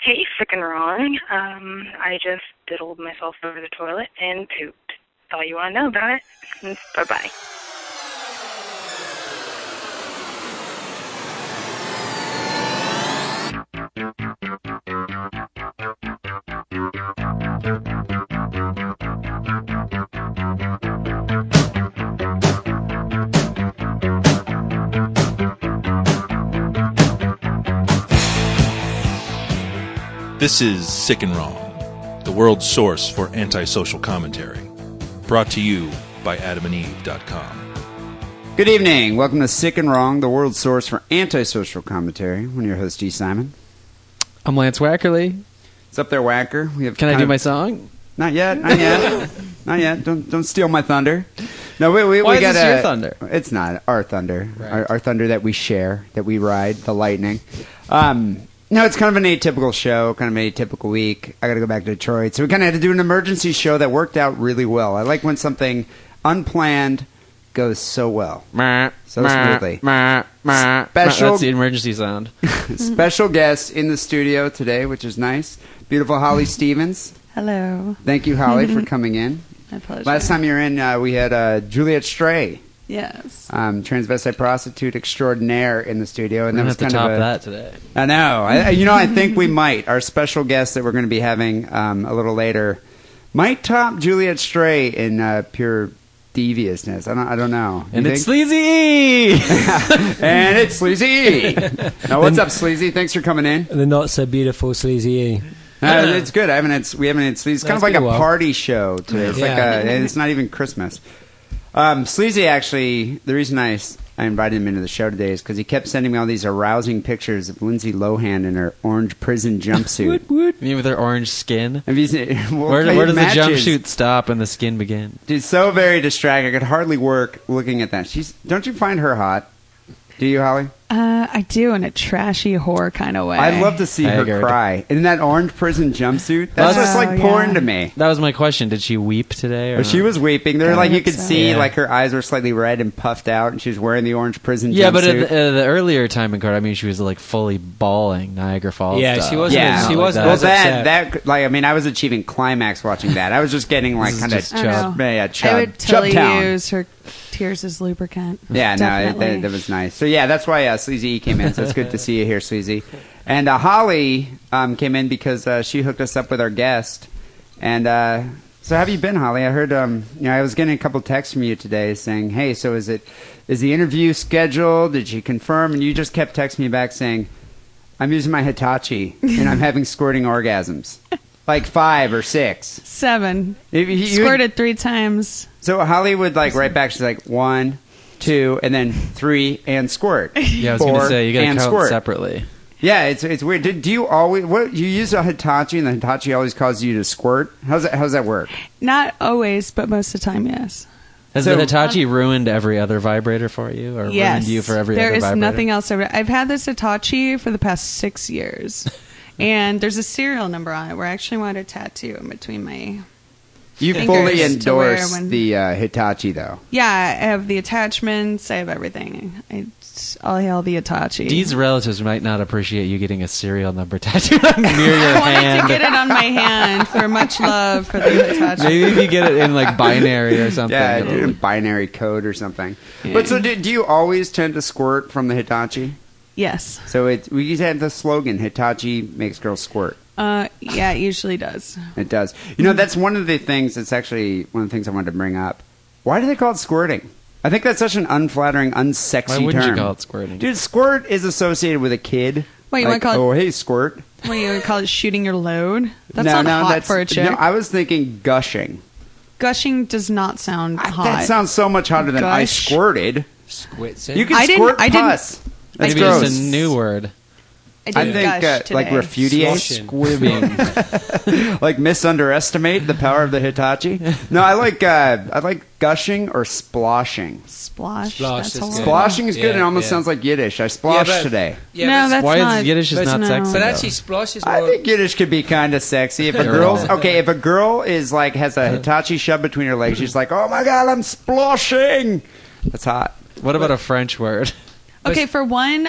Hey, sick and wrong. Um, I just diddled myself over the toilet and pooped. That's all you want to know about it. Mm, bye bye. This is Sick and Wrong, the world's source for antisocial commentary, brought to you by adamandeve.com. Good evening. Welcome to Sick and Wrong, the world's source for antisocial commentary. I'm your host, G. Simon. I'm Lance Wackerly. It's up there, Whacker. We have Can I kind do of- my song? Not yet. Not yet. not yet. Don't don't steal my thunder. No, we we, Why we is got this a- your thunder? It's not our thunder. Right. Our, our thunder that we share, that we ride, the lightning. Um, no, it's kind of an atypical show, kind of an atypical week. I got to go back to Detroit, so we kind of had to do an emergency show that worked out really well. I like when something unplanned goes so well. So smoothly. Special- That's the emergency sound. Special guest in the studio today, which is nice. Beautiful Holly Stevens. Hello. Thank you, Holly, for coming in. My pleasure. Last time you were in, uh, we had uh, Juliet Stray, Yes. um, transvestite prostitute extraordinaire, in the studio, and I'm that gonna have was to kind top of a, that today. I know. I, I- you know, I think we might. Our special guest that we're going to be having um, a little later might top Juliet Stray in uh, pure deviousness. I don't. I don't know. And You it's think? Sleazy E! and it's sleazy. now, what's up, sleazy? Thanks for coming in. The not so beautiful sleazy E. Uh, it's good. I haven't had, we haven't had sleazy. It's No, kind it's of like been a a while. party show today. It's like Yeah. a, and it's not even Christmas. Um, sleazy actually, the reason I, s- I invited him into the show today is because he kept sending me all these arousing pictures of Lindsay Lohan in her orange prison jumpsuit. Me with her orange skin. Have you seen, well, Where, it where does the matches. jumpsuit stop and the skin begin? Dude, so very distracting. I could hardly work looking at that. She's. Don't you find her hot? Do you, Holly? Uh, I do in a trashy whore kind of way. I'd love to see her Haggard. cry in that orange prison jumpsuit. That's Well, just oh, like yeah. porn to me. That was my question. Did she weep today? Or Well, she not? was weeping. There, Kinda like you hope could so. see, Yeah. like her eyes were slightly red and puffed out, and she was wearing the orange prison Yeah, jumpsuit. but at the, uh, the earlier time in court, I mean, she was like fully bawling Niagara Falls. Yeah, style. she wasn't- yeah, Not she like wasn't that. Well, as that upset. that like I mean, I was achieving climax watching that. I was just getting like This is kind of just I don't Chub. know. yeah, yeah, I chub, would totally Chubtown. use her tears as lubricant. Yeah, no, Definitely. that, that was nice. So yeah, that's why uh, Sleazy E came in. So it's good to see you here, Sleazy. And uh, Holly um, came in because uh, she hooked us up with our guest. And uh, so, have you been, Holly? I heard. Um, you know, I was getting a couple texts from you today saying, "Hey, so is it is the interview scheduled? Did you confirm?" And you just kept texting me back saying, "I'm using my Hitachi and I'm having squirting orgasms, like five or six. Seven. If you- you- Squirted three times. So Holly would like right back. She's like one, two, and then three, and squirt. Yeah, I was going to say, you got to count separately. Yeah, it's it's weird. Did, do you always what you use a Hitachi and the Hitachi always causes you to squirt? How's that? How's that work? Not always, but most of the time, yes. Has So- the Hitachi ruined every other vibrator for you, or yes. ruined you for every There other is vibrator? nothing else. Over. I've had this Hitachi for the past six years. and there's a serial number on it where I actually wanted a tattoo in between my You Fingers fully to endorse wear when- the uh, Hitachi though. Yeah, I have the attachments. I have everything. I all hail the Hitachi. These relatives might not appreciate you getting a serial number tattooed on near your I wanted to hand. get it on my hand for much love for the Hitachi. Maybe if you get it in like binary or something. Yeah, it'll- dude, binary code or something. But so do, do you always tend to squirt from the Hitachi? Yes. So it we used to have the slogan Hitachi makes girls squirt. Uh, yeah, it usually does. It does. You know, that's one of the things that's actually one of the things I wanted to bring up. Why do they call it squirting? I think that's such an unflattering, unsexy Why wouldn't you term. call it squirting? Dude, squirt is associated with a kid. Wait, you like, wanna call Oh, it- hey, squirt. What you would call it? Shooting your load. That's not hot for a chick. No, I was thinking gushing. Gushing does not sound I- hot. That sounds so much hotter than I Gush. squirted. Squitsin. You can I didn't- squirt I didn't- pus. That's Maybe gross. it's a new word. I did I think gush uh, today. like refudiate, Sloshing. Squibbing. like misunderestimate the power of the Hitachi. No, I like uh, I like gushing or splashing. Splosh. Splosh that's is a whole- good. Splashing is good. Yeah, it almost yeah. sounds like Yiddish. I splashed Yeah, but- today. Yeah, no, but- that's Why is not. Yiddish is but not no. sexy, But though? actually, Splosh is more. I think Yiddish could be kind of sexy if a You're girl's wrong. okay. If a girl is like has a Hitachi shove between her legs, she's like, "Oh my god, I'm splashing." That's hot. what about a French word? Okay, for one,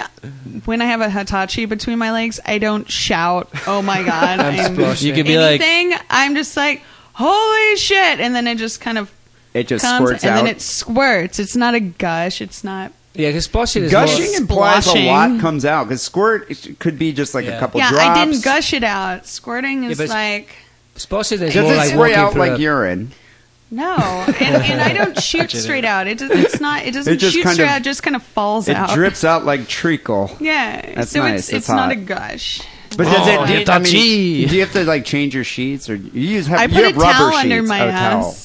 when I have a Hitachi between my legs, I don't shout, "Oh my god!" I'm You could be like, anything. I'm just like, "Holy shit!" And then it just kind of It just comes, squirts and out. then it squirts. It's not a gush. It's not. Yeah, because splashing is Gushing more, implies splashing. a lot comes out because squirt it could be just like a Yeah. couple yeah, drops. I didn't gush it out. Squirting is but it's- like. splashing is Does more it like spray walking out through like a- urine? No, and, and I don't shoot straight out. It does, it's not. It doesn't It just shoot kind straight of- out. It just kind of falls It out. drips out like treacle. Yeah. That's so nice. it's That's it's not hot. a gush. But does Oh, it? Do you, I mean, Hitachi. do you have to like change your sheets, or you use? Have, I you put a have rubber towel sheets. under my oh, towel. ass.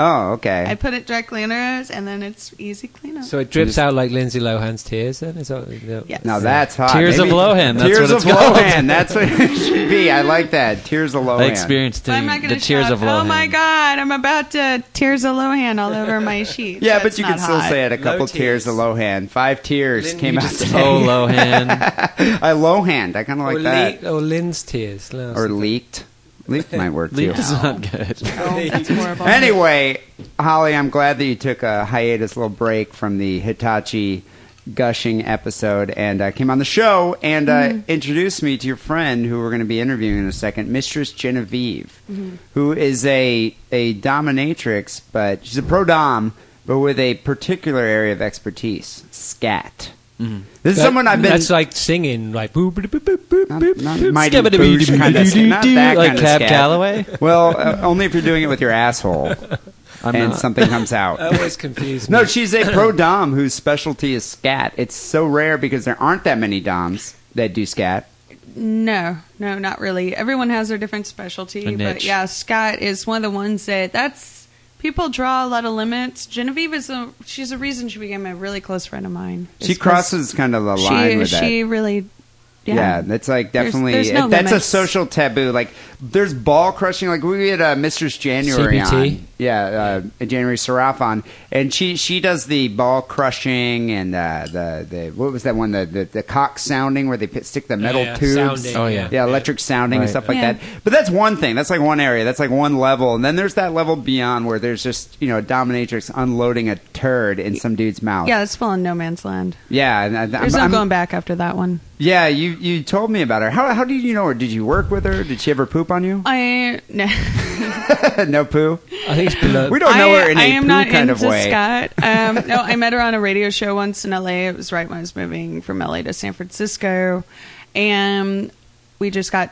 Oh, okay. I put it directly under us, and then it's easy cleanup. So it drips out like Lindsay Lohan's tears. Then is that, yeah. yes. now that's hot. Tears of Maybe- Lohan, that's Tears what it's of called. Lohan. That's what it should be. I like that. Tears of Lohan. I experienced So the, I'm not going the to tears shout, of love. Oh my god! I'm about to tears of Lohan all over my sheets. Yeah, That's but you not can still hot. say it. A couple tears. tears. of Lohan. Five tears Lynn, came you out just- today. Oh Lohan, I Lohan. I kind of like or, that. leak, or Lynn's tears. No, or leaked. Leaked might work too. Leap is not good. Oh, that's horrible. Anyway, Holly, I'm glad that you took a hiatus, little break from the Hitachi gushing episode and uh, came on the show and uh, Mm-hmm. introduced me to your friend who we're going to be interviewing in a second, Mistress Genevieve, Mm-hmm. who is a a dominatrix, but she's a pro dom, but with a particular area of expertise, scat. This is That- Mm-hmm. someone I've been. That's like singing, like boop, boop, boop, boop, boop, Not- boop, not boop. Mighty Boosh kind of, not that like kind of Cab scat. Calloway. Well, uh, only if you're doing it with your asshole I'm and not. something comes out. I always confused. No, me. she's a pro dom whose specialty is scat. It's so rare because there aren't that many doms that do scat. No, no, not really. Everyone has their different A specialty, niche. but yeah, Scott is one of the ones that that's people draw a lot of limits. Genevieve is a she's a reason she became a really close friend of mine. She It's 'cause crosses kind of the she, line with that. she really yeah. yeah. that's like There's- definitely there's no that's limits. a social taboo. Like there's ball crushing. Like we had uh, Mistress January CBT. on, yeah, uh, January Seraph on, and she she does the ball crushing and uh, the the what was that one the the, the cock sounding where they put, stick the metal yeah, tubes. sounding, Oh, yeah. yeah, electric sounding and Right. stuff like Yeah. that. But that's one thing. That's like one area. That's like one level. And then there's that level beyond where there's just you know a dominatrix unloading a turd in some dude's mouth. Yeah, it's still in no man's land. yeah. And I, There's I'm, no I'm- going back after that one. Yeah, you you told me about her. How how did you know her? Did you work with her? Did she ever poop on you? I no. no poo. I think it's below. We don't know her in a I am poo not kind into of way. Scott. Um, no, I met her on a radio show once in LA. It was right when I was moving from LA to San Francisco, and we just got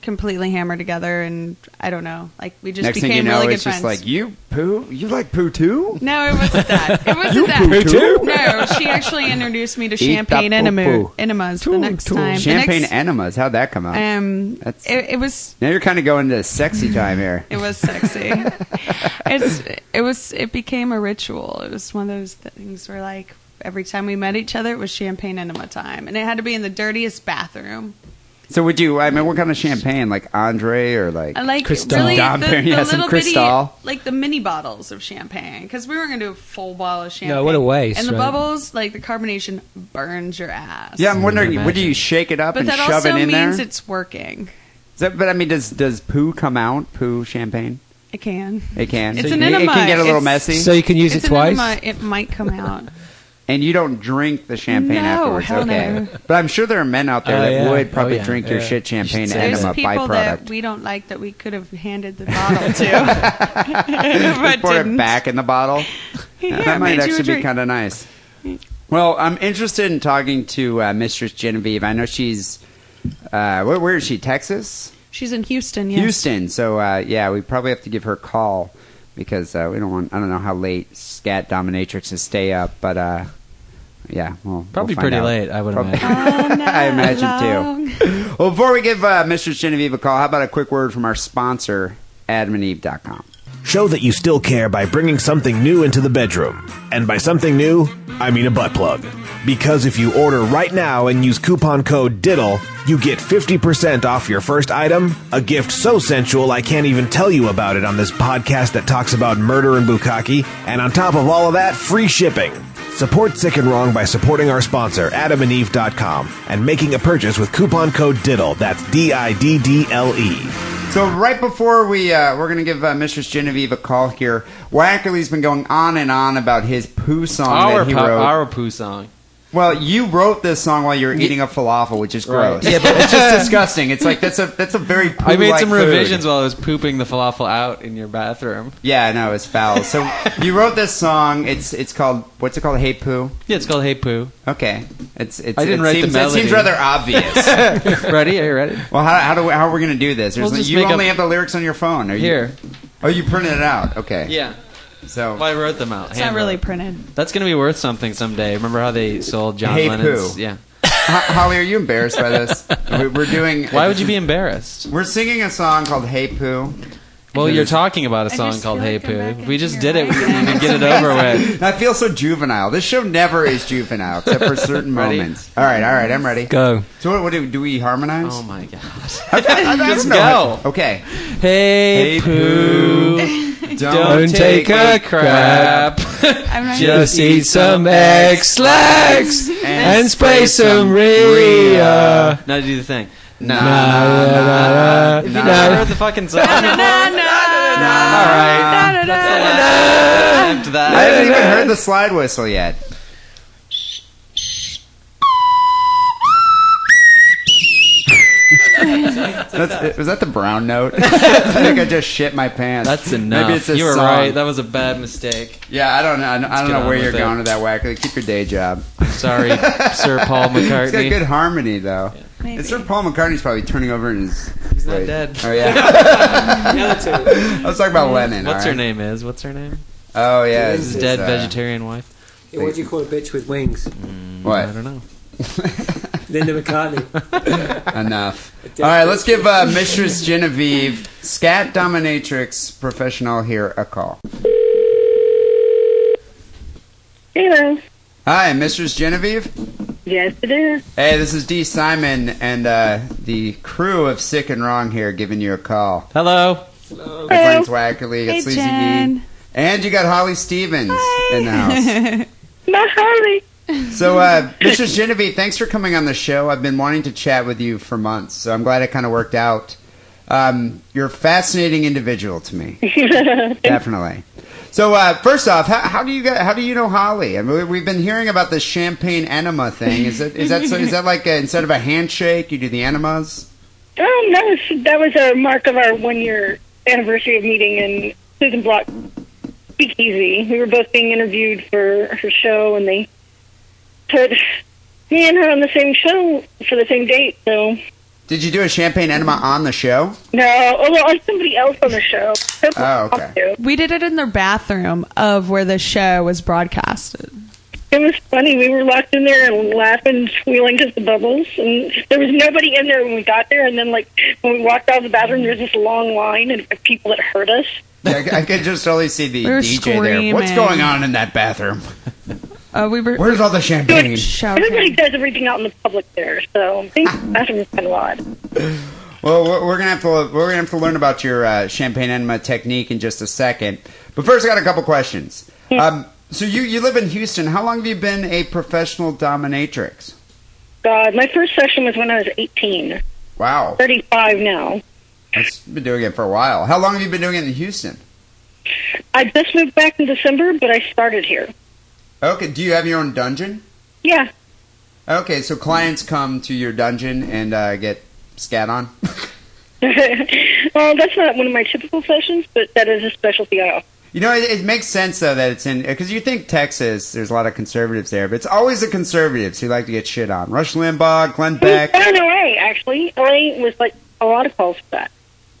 completely hammered together. And I don't know, like we just Next became thing you know, really good it's friends. just like you poo. You like poo too? no, it wasn't that. It wasn't that. poo too? No, she actually introduced me to Eat champagne that enema- poo-poo. enemas the Too, next too. time. The Champagne next- enemas. How'd that come out? um, That's- it, it was now you're kind of going to sexy time here. It was sexy. it's it was it became a ritual. It was one of those things where like every time we met each other, it was champagne enema time, and it had to be in the dirtiest bathroom. So would you? I mean, what kind of champagne? Like Andre or like? I like Cristal. really Dom the, Perignon the has some little Cristal. bitty like the mini bottles of champagne because we were gonna do a full bottle of champagne. No, what a waste, And the right? bubbles, like the carbonation, burns your ass. yeah, I'm wondering. Would Imagine. you shake it up But and that shove also it in means there? it's working. Is that- but I mean, does does poo come out? Poo champagne? It can. It can. It's it, an it enema. can get a little It's- messy. So you can use It's it an twice. enema. It might come out. and you don't drink the champagne No, afterwards. hell okay. no. But I'm sure there are men out there Oh, that yeah. would probably Oh, yeah. drink your Yeah. shit champagne should There's enema people byproduct. that we don't like that we could have handed the bottle to, but Pour it didn't. back in the bottle. Yeah, that might made you a actually be drink. kind of nice. Well, I'm interested in talking to uh, Mistress Genevieve. I know she's. Uh, where, where is she? Texas. She's in Houston. Yes. Houston. So uh, yeah, we probably have to give her a call because uh, we don't want. I don't know how late scat dominatrixes stay up, but uh, yeah, well, we'll Probably find pretty out. late, I would Prob- imagine. I imagine too. Well, before we give uh, Mistress Genevieve a call, how about a quick word from our sponsor, AdamandEve.com. Show that you still care by bringing something new into the bedroom. And by something new, I mean a butt plug. Because if you order right now and use coupon code DIDDLE, you get 50% off your first item, a gift so sensual I can't even tell you about it on this podcast that talks about murder and bukkake, and on top of all of that, free shipping. Support Sick and Wrong by supporting our sponsor, adamandeve.com, and making a purchase with coupon code DIDDLE. That's D I D D L E. So right before we uh, we're gonna give uh, Mistress Genevieve a call here. Wackerly's been going on and on about his poo song Our that he po- wrote. our poo song. Well, you wrote this song while you were eating a falafel, which is gross. Yeah, but- it's just disgusting. It's like that's a that's a very. I made poo-like some food. revisions while I was pooping the falafel out in your bathroom. Yeah, I know it's foul. So you wrote this song. It's it's called what's it called? Hey poo. Yeah, it's called Hey Poo. Okay, it's it's. I didn't it write the seems, It seems melody. rather obvious. ready? Are you ready? well, how how, do, we- how are we gonna do this? There's We'll no- just you make only up- have the lyrics on your phone. Are you, Here. Oh, you printed it out. Okay. Yeah. So Well, I wrote them out. It's not really printed. That's gonna be worth something someday. Remember how they sold John Hey Lennon's? Poo. Yeah. Ho- Holly, are you embarrassed by this? We- We're doing. Why would you be embarrassed? We're singing a song called "Hey Poo." Well, you're talking about a I song just called feel Hey like I'm back Poo. in We just here did it. We right didn't now. even get it over with. I feel so juvenile. This show never is juvenile, except for certain Ready? moments. All right, all right, I'm ready. Go. So what, what do do we harmonize? Oh my god. I don't Just know how- go. Okay. Hey, Poo. Don't, Don't take a crap. I'm not Just- Just eat some X-Lax and spray some Rhea. Rhea. Now do the thing. Nah, nah, If you nah, never nah. heard the fucking song. All right. That's the last attempt at I that. haven't even heard the slide whistle yet. That's, was that the brown note? I think I just shit my pants. That's enough. Maybe it's a you were song. right. That was a bad mistake. Yeah, I don't know. I don't, I don't get know on where with you're it. going with that wacko. Keep your day job. Sorry, Sir Paul It's got McCartney. good harmony though. Maybe. And Sir Paul McCartney's probably turning over in his. He's not grave. dead. Oh yeah. Let's talk Mm. about Lennon. What's all her right? name? Is what's her name? Oh yeah, His it's, His it's, dead uh, vegetarian wife. Mm, What do you call a bitch with wings? What? I don't know. Linda McCartney. Enough. All right, let's give uh, Mistress Genevieve, scat dominatrix professional here, a call. Hello. Hi, Mistress Genevieve. Yes, it is. Hey, this is D. Simon and uh, the crew of Sick and Wrong here giving you a call. Hello. It's Lance Wackerly, Hey, it's Lizzie Jen. D. And you got Holly Stevens in the house. My Harley. So, uh, Mrs. Genevieve, thanks for coming on the show. I've been wanting to chat with you for months, so I'm glad it kind of worked out. Um, you're a fascinating individual to me, definitely. So, uh, first off, how, how do you get, how do you know Holly? I mean, we- we've been hearing about this champagne enema thing. Is that is that so, is that like a, instead of a handshake, you do the enemas? Oh, that was that was a mark of our one year anniversary of meeting in Susan Block Speakeasy. We were both being interviewed for her show, and they put me and her on the same show for the same date. So Did you do a champagne enema Mm-hmm. on the show? no, oh well, it's somebody else on the show. Oh, okay. We did it in their bathroom of where the show was broadcasted. It was funny. We were locked in there and laughing, squealing because the bubbles, and there was nobody in there when we got there. And then, like when we walked out of the bathroom, there was this long line of people that heard us. I, I could just totally see the We were DJ there. What's screaming. going on in that bathroom? Uh, we were Where's all the champagne? Everybody shouting. does everything out in the public there, so I think that's kind of odd. Well, we're, we're gonna have to we're gonna have to learn about your uh, champagne enema technique in just a second. But first, I got a couple questions. Um, so you you live in Houston. How long have you been a professional dominatrix? God, my first session was when I was 18. Wow, 35 now. that's been doing it for a while. How long have you been doing it in Houston? I just moved back in December, but I started here. Okay, do you have your own dungeon? Yeah, Okay, so clients come to your dungeon and uh, get scat on. well, that's not one of my typical sessions, but that is a specialty I offer. You know, it, it makes sense though that it's in because you think Texas. There's a lot of conservatives there, but it's always the conservatives who like to get shit on. Rush Limbaugh, Glenn Beck. I was in LA, actually. LA was like a lot of calls for that.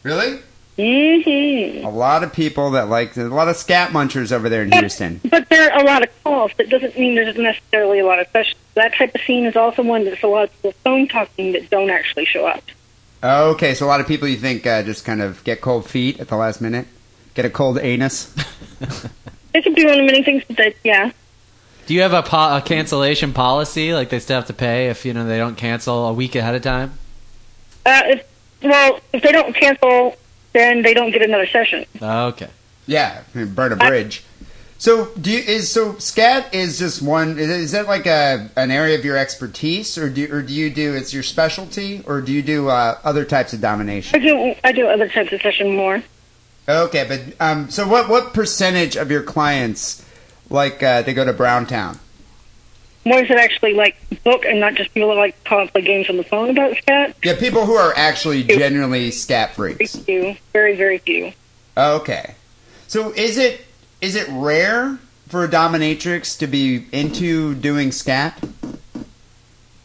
Really? hmm A lot of people that like a lot of scat munchers over there in Houston. But there are a lot of calls. That doesn't mean there's necessarily a lot of sessions. That type of scene is also one that's a lot of people phone talking that don't actually show up. Okay, so a lot of people you think uh, just kind of get cold feet at the last minute, get a cold anus. It could be one of many things, but that, yeah. Do you have a, po- a cancellation policy? Like they still have to pay if you know they don't cancel a week ahead of time. Uh, if, well, if they don't cancel, then they don't get another session. Okay. Yeah, I mean, burn a bridge. So do you, is so scat is just one. Is, is that like a an area of your expertise, or do or do you do it's your specialty, or do you do uh, other types of I domination? do, I do other types of session more. Okay, but um, so what what percentage of your clients like uh, they go to Browntown? ones that actually like book and not just people that like call and play games on the phone about scat. Yeah, people who are actually generally scat Very freaks. few, very very few. Okay. So is it is it rare for a dominatrix to be into doing scat?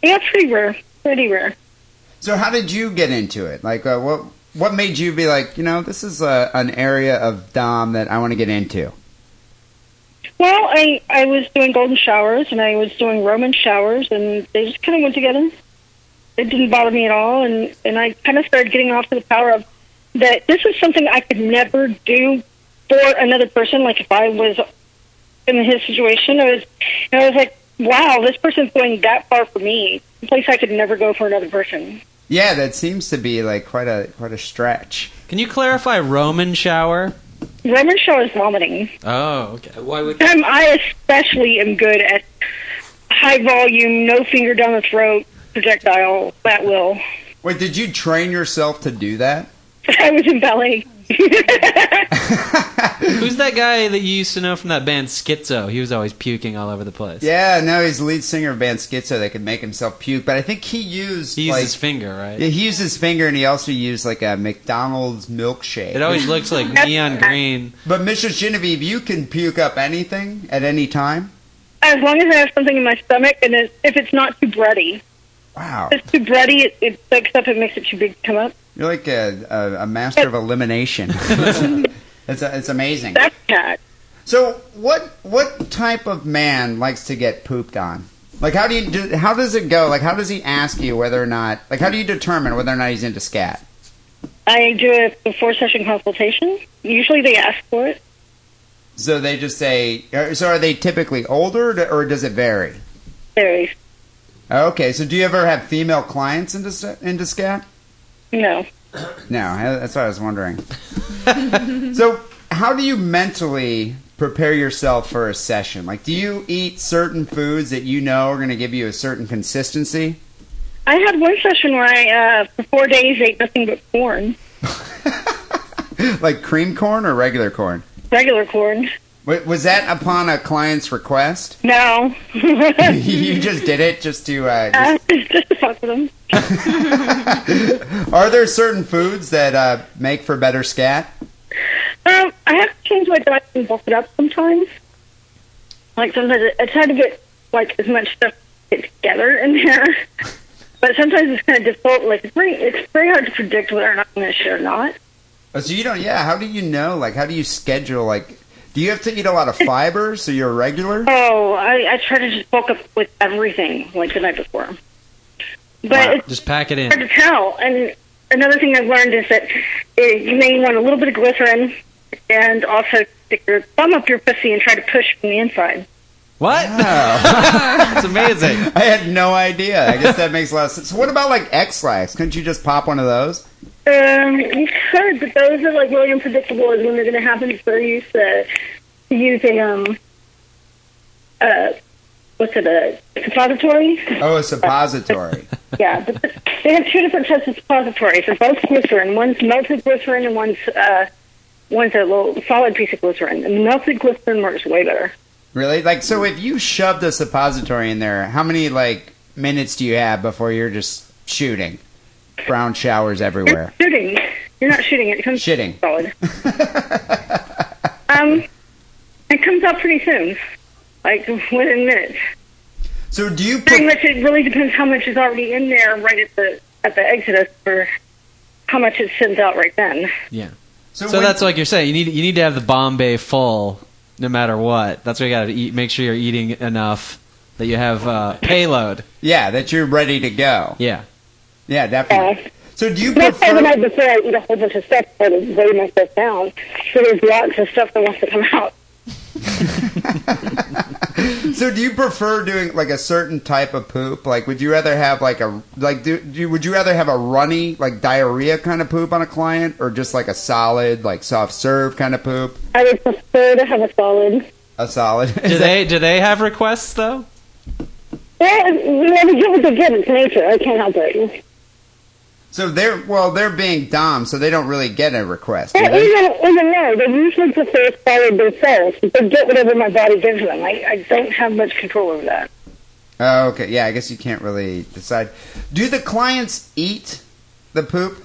Yeah, pretty rare, pretty rare. So how did you get into it? Like uh, what what made you be like, you know, this is uh, an area of dom that I want to get into? Well, I I was doing golden showers and I was doing Roman showers and they just kind of went together. It didn't bother me at all, and and I kind of started getting off to the power of that. This was something I could never do for another person. Like if I was in his situation, I was and I was like, wow, this person's going that far for me, a place I could never go for another person. Yeah, that seems to be like quite a quite a stretch. Can you clarify Roman shower? Roman showers vomiting. Oh, okay. Why would Um, I especially am good at high volume, no finger down the throat projectile at will. Wait, did you train yourself to do that? I was in ballet. Who's that guy that you used to know from that band Schizo? He was always puking all over the place. Yeah, no, he's the lead singer of band Schizo that could make himself puke, but I think he used He used like his finger, right? yeah, he used his finger and he also used like a McDonald's milkshake. It always looks like neon green. But Mrs. Genevieve, you can puke up anything at any time. As long as I have something in my stomach, and it, if it's not too bready, Wow, if it's too bready, it, it soaks up and makes it too big to come up. you're like a, a, a master of elimination. it's a, it's amazing. That's cat. So what what type of man likes to get pooped on? Like how do you do, how does it go? Like how does he ask you whether or not like how do you determine whether or not he's into scat? I do a before session consultation. Usually they ask for it. So they just say. uh, So are they typically older or- or does it vary? Very Okay, so do you ever have female clients into s- into scat? no. No, I- that's what I was wondering. so, how do you mentally prepare yourself for a session? Like, do you eat certain foods that you know are going to give you a certain consistency? I had one session where I, uh, for four days, ate nothing but corn, like cream corn or regular corn? regular corn. Wa- Was that upon a client's request? No, you just did it just to. Uh, just- Uh, just to fuck with them. Are there certain foods that uh, make for better scat? Um, I have to change my diet and bulk it up sometimes. Like sometimes I try to get like as much stuff to get together in there, but sometimes it's kind of difficult. Like it's very, it's very hard to predict whether or not I'm going to shit or not. Oh, So you don't. Yeah. How do you know? Like, how do you schedule? Like, do you have to eat a lot of fiber so you're regular? Oh, I, I try to just bulk up with everything like the night before, but it's Just pack it hard in. to tell. And another thing I've learned is that uh you may want a little bit of glycerin, and also stick your thumb up your pussy and try to push from the inside. What? It's amazing. I had no idea. I guess that makes a lot of sense. So what about like X-Lax? Couldn't you just pop one of those? Um, you could, but those are like really unpredictable as when they're going to happen. So they're used to using um, uh, what's it a suppository? Oh, a suppository. yeah, but they have two different types of suppositories. They're both glycerin. One's melted glycerin, and one's uh, one's a little solid piece of glycerin. And melted glycerin works way better. really? Like, so if you shoved a suppository in there, how many like minutes do you have before you're just shooting? Brown showers everywhere. Shooting, you're not shooting it. It comes Shitting. solid. um, it comes out pretty soon, like within minutes. So do you Pretty put? much, it really depends how much is already in there right at the at the exit as for how much it sends out right then. Yeah. So, So when- that's like you're saying. You need you need to have the Bombay full, no matter what. That's why you got to eat. Make sure you're eating enough that you have uh, payload. yeah, that you're ready to go. Yeah. Yeah, definitely. So do you That's why the night prefer? before I eat a whole bunch of stuff I to weigh myself down. So there's lots of stuff that wants to come out. So do you prefer doing like a certain type of poop? Like, would you rather have like a like do, do would you rather have a runny like diarrhea kind of poop on a client, or just like a solid like soft serve kind of poop? I would prefer to have a solid. A solid. Do Is that- they do they have requests though? Yeah, you know, they get what they get. It's nature. I can't help it. so they're well, they're being dom, so they don't really get a request. do Yeah, they? even even though they usually prefer solid themselves, but they get whatever my body gives them. I, I don't have much control over that. Oh, okay. Yeah, I guess you can't really decide. Do the clients eat the poop?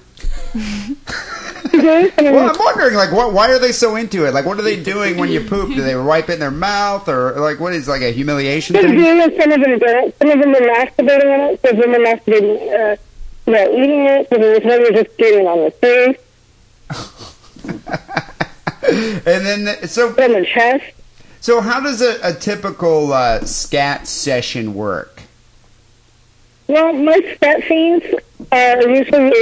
well, I'm wondering, like, what? Why are they so into it? Like, what are they doing when you poop? Do they wipe it in their mouth, or like, what is like a humiliation Some of thing? them, some of them don't. Some of them are masturbating on it. Some of them are masturbating, uh, not eating it. Some of them are just getting on the face, and then, so on the chest. so how does a, a typical uh, scat session work? Well, most stat scenes are usually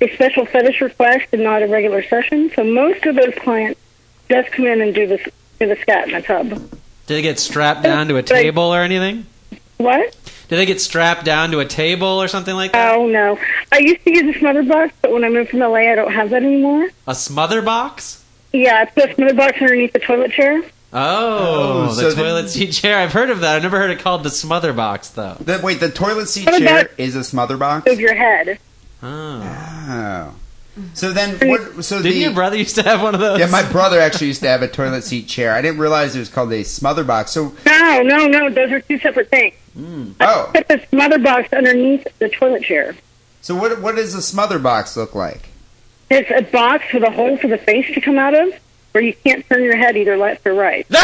a, a special fetish request and not a regular session. So most of those clients just come in and do this do the scat in the tub. Did they get strapped down to a table or anything? What? Did they get strapped down to a table or something like that? Oh no! I used to use a smother box, but when I moved from LA, I don't have that anymore. A smother box? Yeah, it's the smother box underneath the toilet chair. Oh, the Oh, so the- toilet seat chair. I've heard of that. I've never heard it called the smother box though. The, wait, the toilet seat What chair about- is a smother box. Of your head. Oh. Oh, so then what? So Didn't the, your brother used to have one of those? Yeah, my brother actually used to have a toilet seat chair. I didn't realize it was called a smother box. So, No, no, no. Those are two separate things. oh, Put the smother Hmm. box underneath the toilet chair. so what? What does a smother box look like? It's a box with a hole for the face to come out of, where you can't turn your head either left or right. My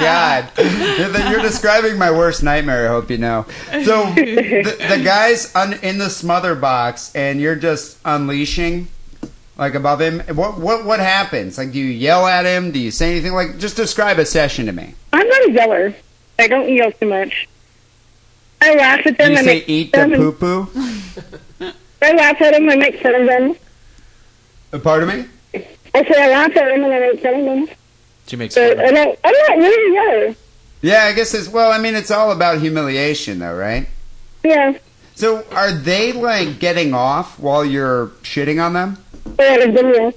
God, Yeah, then you're describing my worst nightmare. I hope you know. So the, the guy's un, in the smother box, and you're just unleashing. Like above him, what what what happens? Like, do you yell at him? Do you say anything? Like, just describe a session to me. I'm not a yeller. I don't yell too much. I laugh at Do them. you I say make eat fun the of them. poo poo? I laugh at them. I make fun of them. Uh, Pardon me. I say I laugh at them and I make fun of them. She makes fun But of I it. don't, I'm not really a yeller. Yeah, I guess it's well. I mean, it's all about humiliation, though, right? Yeah. So are they like getting off while you're shitting on them? I had a video.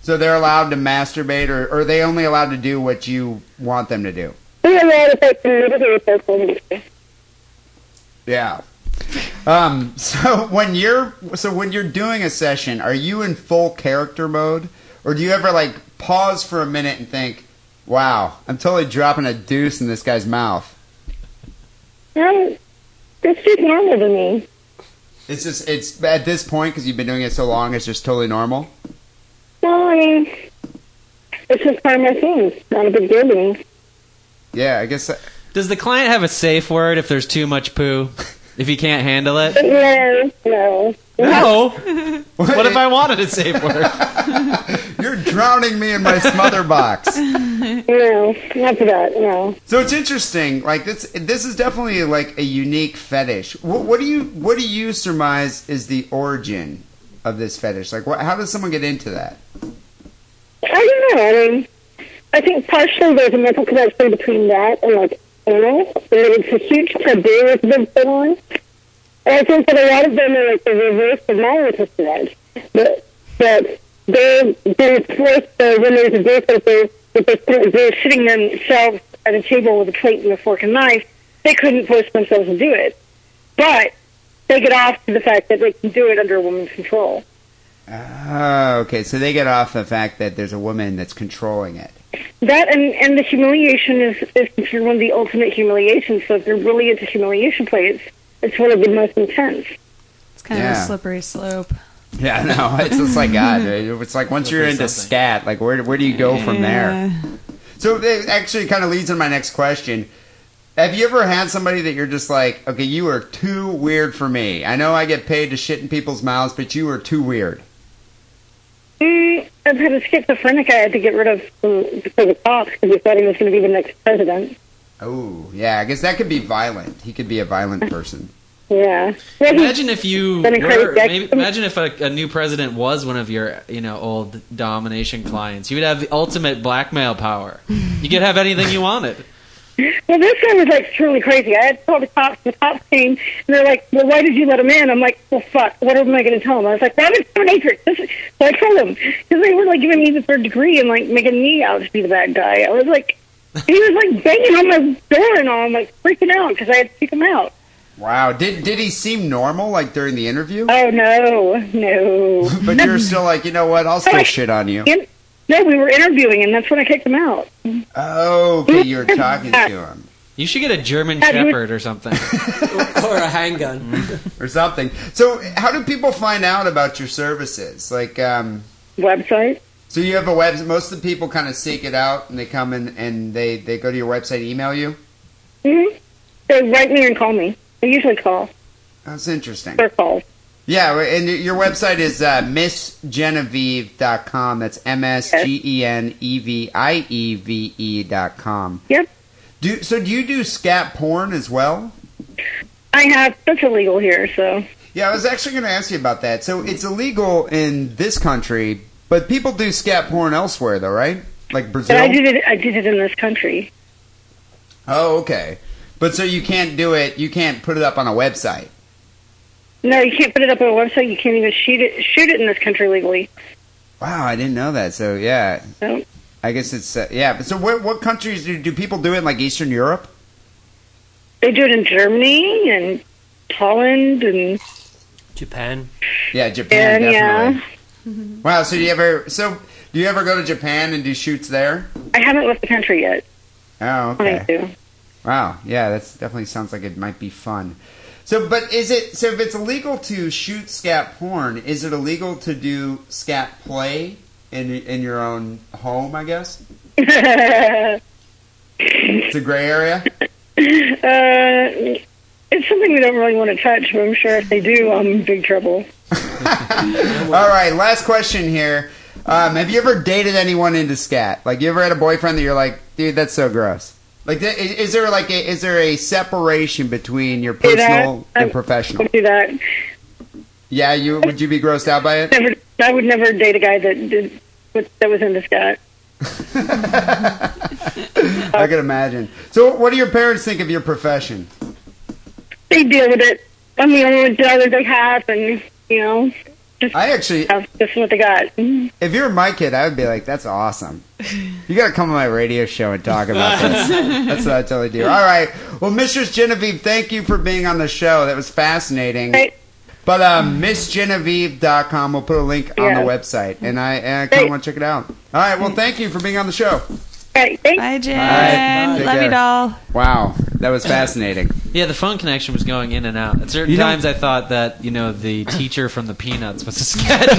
So they're allowed to masturbate, or, or are they only allowed to do what you want them to do? We have a lot of folks in the military folks in here. Yeah. Um. So when you're so when you're doing a session, are you in full character mode, or do you ever like pause for a minute and think, "Wow, I'm totally dropping a deuce in this guy's mouth." Um, It's just normal to me. It's just it's at this point because you've been doing it so long, it's just totally normal. Well, I mean, it's just part of my thing. It's not a big deal to me. Yeah, I guess. Does the client have a safe word if there's too much poo? If he can't handle it? But no, no. No. what if I wanted a safe word? You're drowning me in my smother box. No, not for that. No. So it's interesting. Like this, this is definitely like a unique fetish. What, what do you what do you surmise is the origin of this fetish? Like, what, how does someone get into that? I don't know. I mean, I think partially there's a mental connection between that and like animals, and that it's a huge taboo that's been put on. And I think that a lot of them are like the reverse of my interest in that. But that they're they're forced uh, when there's a day that they're that they couldn't- they're sitting themselves at a table with a plate and a fork and knife, they couldn't force themselves to do it. But they get off to the fact that they can do it under a woman's control. Oh, okay. So they get off the fact that there's a woman that's controlling it. That and, and the humiliation is, is considered one of the ultimate humiliations. So if they're really into humiliation play, it's, it's one of the most intense. It's kind of Yeah. a slippery slope. Yeah, no, it's just like God. It's like once you're into scat, like where where do you go from there? Yeah. So it actually kind of leads into my next question. Have you ever had somebody that you're just like, okay, you are too weird for me. I know I get paid to shit in people's mouths, but you are too weird. Mm, I've had a schizophrenic I had to get rid of um, because of cops because we thought he was going to be the next president. Oh, yeah, I guess that could be violent. He could be a violent person. Yeah. Well, he- Imagine if you Then it kind of were, gets- maybe, imagine if a, a new president was one of your you know old domination clients. You would have the ultimate blackmail power. You could have anything you wanted. Well, this guy was like truly crazy. I had called the cops. The cops came, and they're like, "Well, why did you let him in?" I'm like, "Well, fuck. What am I going to tell him?" I was like, "That is dominatrix." This is- So I told him because they were like giving me the third degree and like making me out to be the bad guy. I was like, he was like banging on my door and all. I'm like freaking out because I had to kick him out. Wow, did did he seem normal like during the interview? Oh no, no, But you're still like, you know what? I'll still shit on you. In- no. We were interviewing, and that's when I kicked him out. Oh, okay, you were talking to him. You should get a German Have you- Shepherd or something. or a handgun. Mm-hmm. or something. So, how do people find out about your services? Like, um, website. so you have a website. Most of the people kind of seek it out, and they come and and they they go to your website, email you. Mm-hmm. They write me and call me. They usually call. That's interesting. They're called. Yeah, and your website is uh, missgenevieve.com. That's M S G E N E V I E V E dot com. Yep. Do so. Do you do scat porn as well? I have. That's illegal here, so Yeah, I was actually going to ask you about that. So it's illegal in this country, but people do scat porn elsewhere, though, right? Like but Brazil. I did it. I did it in this country. Oh, okay. But so you can't do it. You can't put it up on a website. No, you can't put it up on a website. You can't even shoot it. Shoot it in this country legally. Wow, I didn't know that. So yeah, So I guess it's uh, yeah. But so what what countries do do people do it? in, Like Eastern Europe? they do it in Germany and Holland and Japan. Yeah, Japan Yeah, yeah. definitely. Wow. So do you ever so do you ever go to Japan and do shoots there? I haven't left the country yet. Oh, I okay. need to. Wow. Yeah, that's definitely sounds like it might be fun. So, but is it so? If it's illegal to shoot scat porn, is it illegal to do scat play in in your own home? I guess uh, it's a gray area. Uh, it's something we don't really want to touch, but I'm sure if they do, I'm in big trouble. All right, last question here. Um, have you ever dated anyone into scat? Like, you ever had a boyfriend that you're like, dude, that's so gross. Like, th- is, is there like a, is there a separation between your Do that. personal and I- professional? Don't do that. Yeah, you would you be grossed out by it? Never. I would never date a guy that did that was into scat. I could imagine. So, what do your parents think of your profession? They deal with it. I'm the only daughter they have, and you know, just I actually, have this is what they got. Mm. if you were my kid, I would be like, that's awesome. You got to come on my radio show and talk about this. that's what I totally do. All right. Well, Mistress Genevieve, thank you for being on the show. That was fascinating. Right. But um, MissGenevieve.com. We'll put a link on Yeah. the website, and I, and I kind of Great. want to check it out. All right. Well, thank you for being on the show. Right. Thanks. Bye, Jen. Bye. Take Love care. you, doll. Wow, that was fascinating. yeah, the phone connection was going in and out. At certain You know- times, I thought that you know the teacher from the Peanuts was a sketch.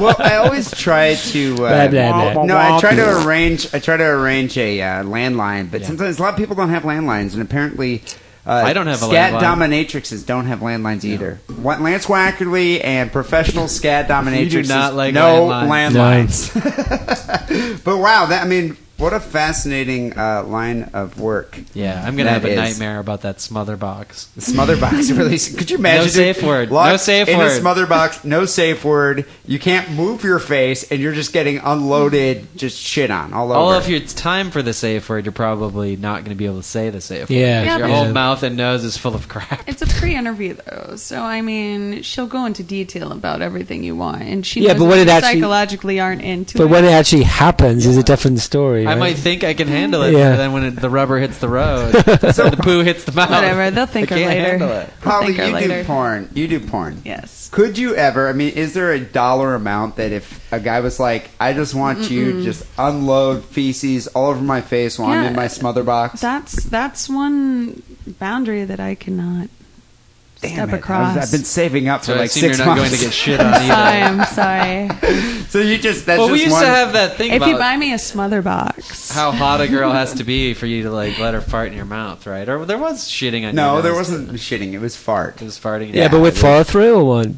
well, I always try to. Blah, Uh, blah, blah. No, I try to arrange. I try to arrange a uh, landline, but sometimes a lot of people don't have landlines, and apparently. Uh, I don't have a scat landline. dominatrixes don't have landlines either. What Lance Wackerly and professional scat dominatrixes You do not like no landlines. landlines. but wow, that I mean, what a fascinating uh, line of work. yeah, I'm gonna That have a is- nightmare about that smother box. Smother box release. Could you imagine? No safe word. Locked No safe in word. a smother box. No safe word. You can't move your face, and you're just getting unloaded, just shit on all over. All of your time for the safe word, you're probably not going to be able to say the safe word. Yeah, Yeah, your but- whole mouth and nose is full of crap. It's a pre-interview though, so I mean, she'll go into detail about everything you want, and she Yeah, knows but what that it you actually- psychologically aren't into. But it. when it actually happens, is a different story. I right? might think I can handle it, Yeah. but then when it, the rubber hits the road, the poo hits the mouth. Whatever, they'll think I of can't later. handle it. Holly, think are you do later. porn. You do porn. yes, Could you ever? I mean, is there a dollar amount that if a guy was like, "I just want you to just unload feces all over my face while I'm Yeah. in my smother box"? that's that's one boundary that I cannot Damn step it. I was- across. I've been saving up for So I like assume six you're not months. going to get shit on either. sorry, I'm sorry. so you just that's well, just we used one. to have that thing if you about buy me a smother box, how hot a girl has to be for you to like let her fart in your mouth, right? Or there was shitting on. your no, nose. there wasn't shitting. It was fart. It was farting. in Yeah, your but mouth. with follow through or what?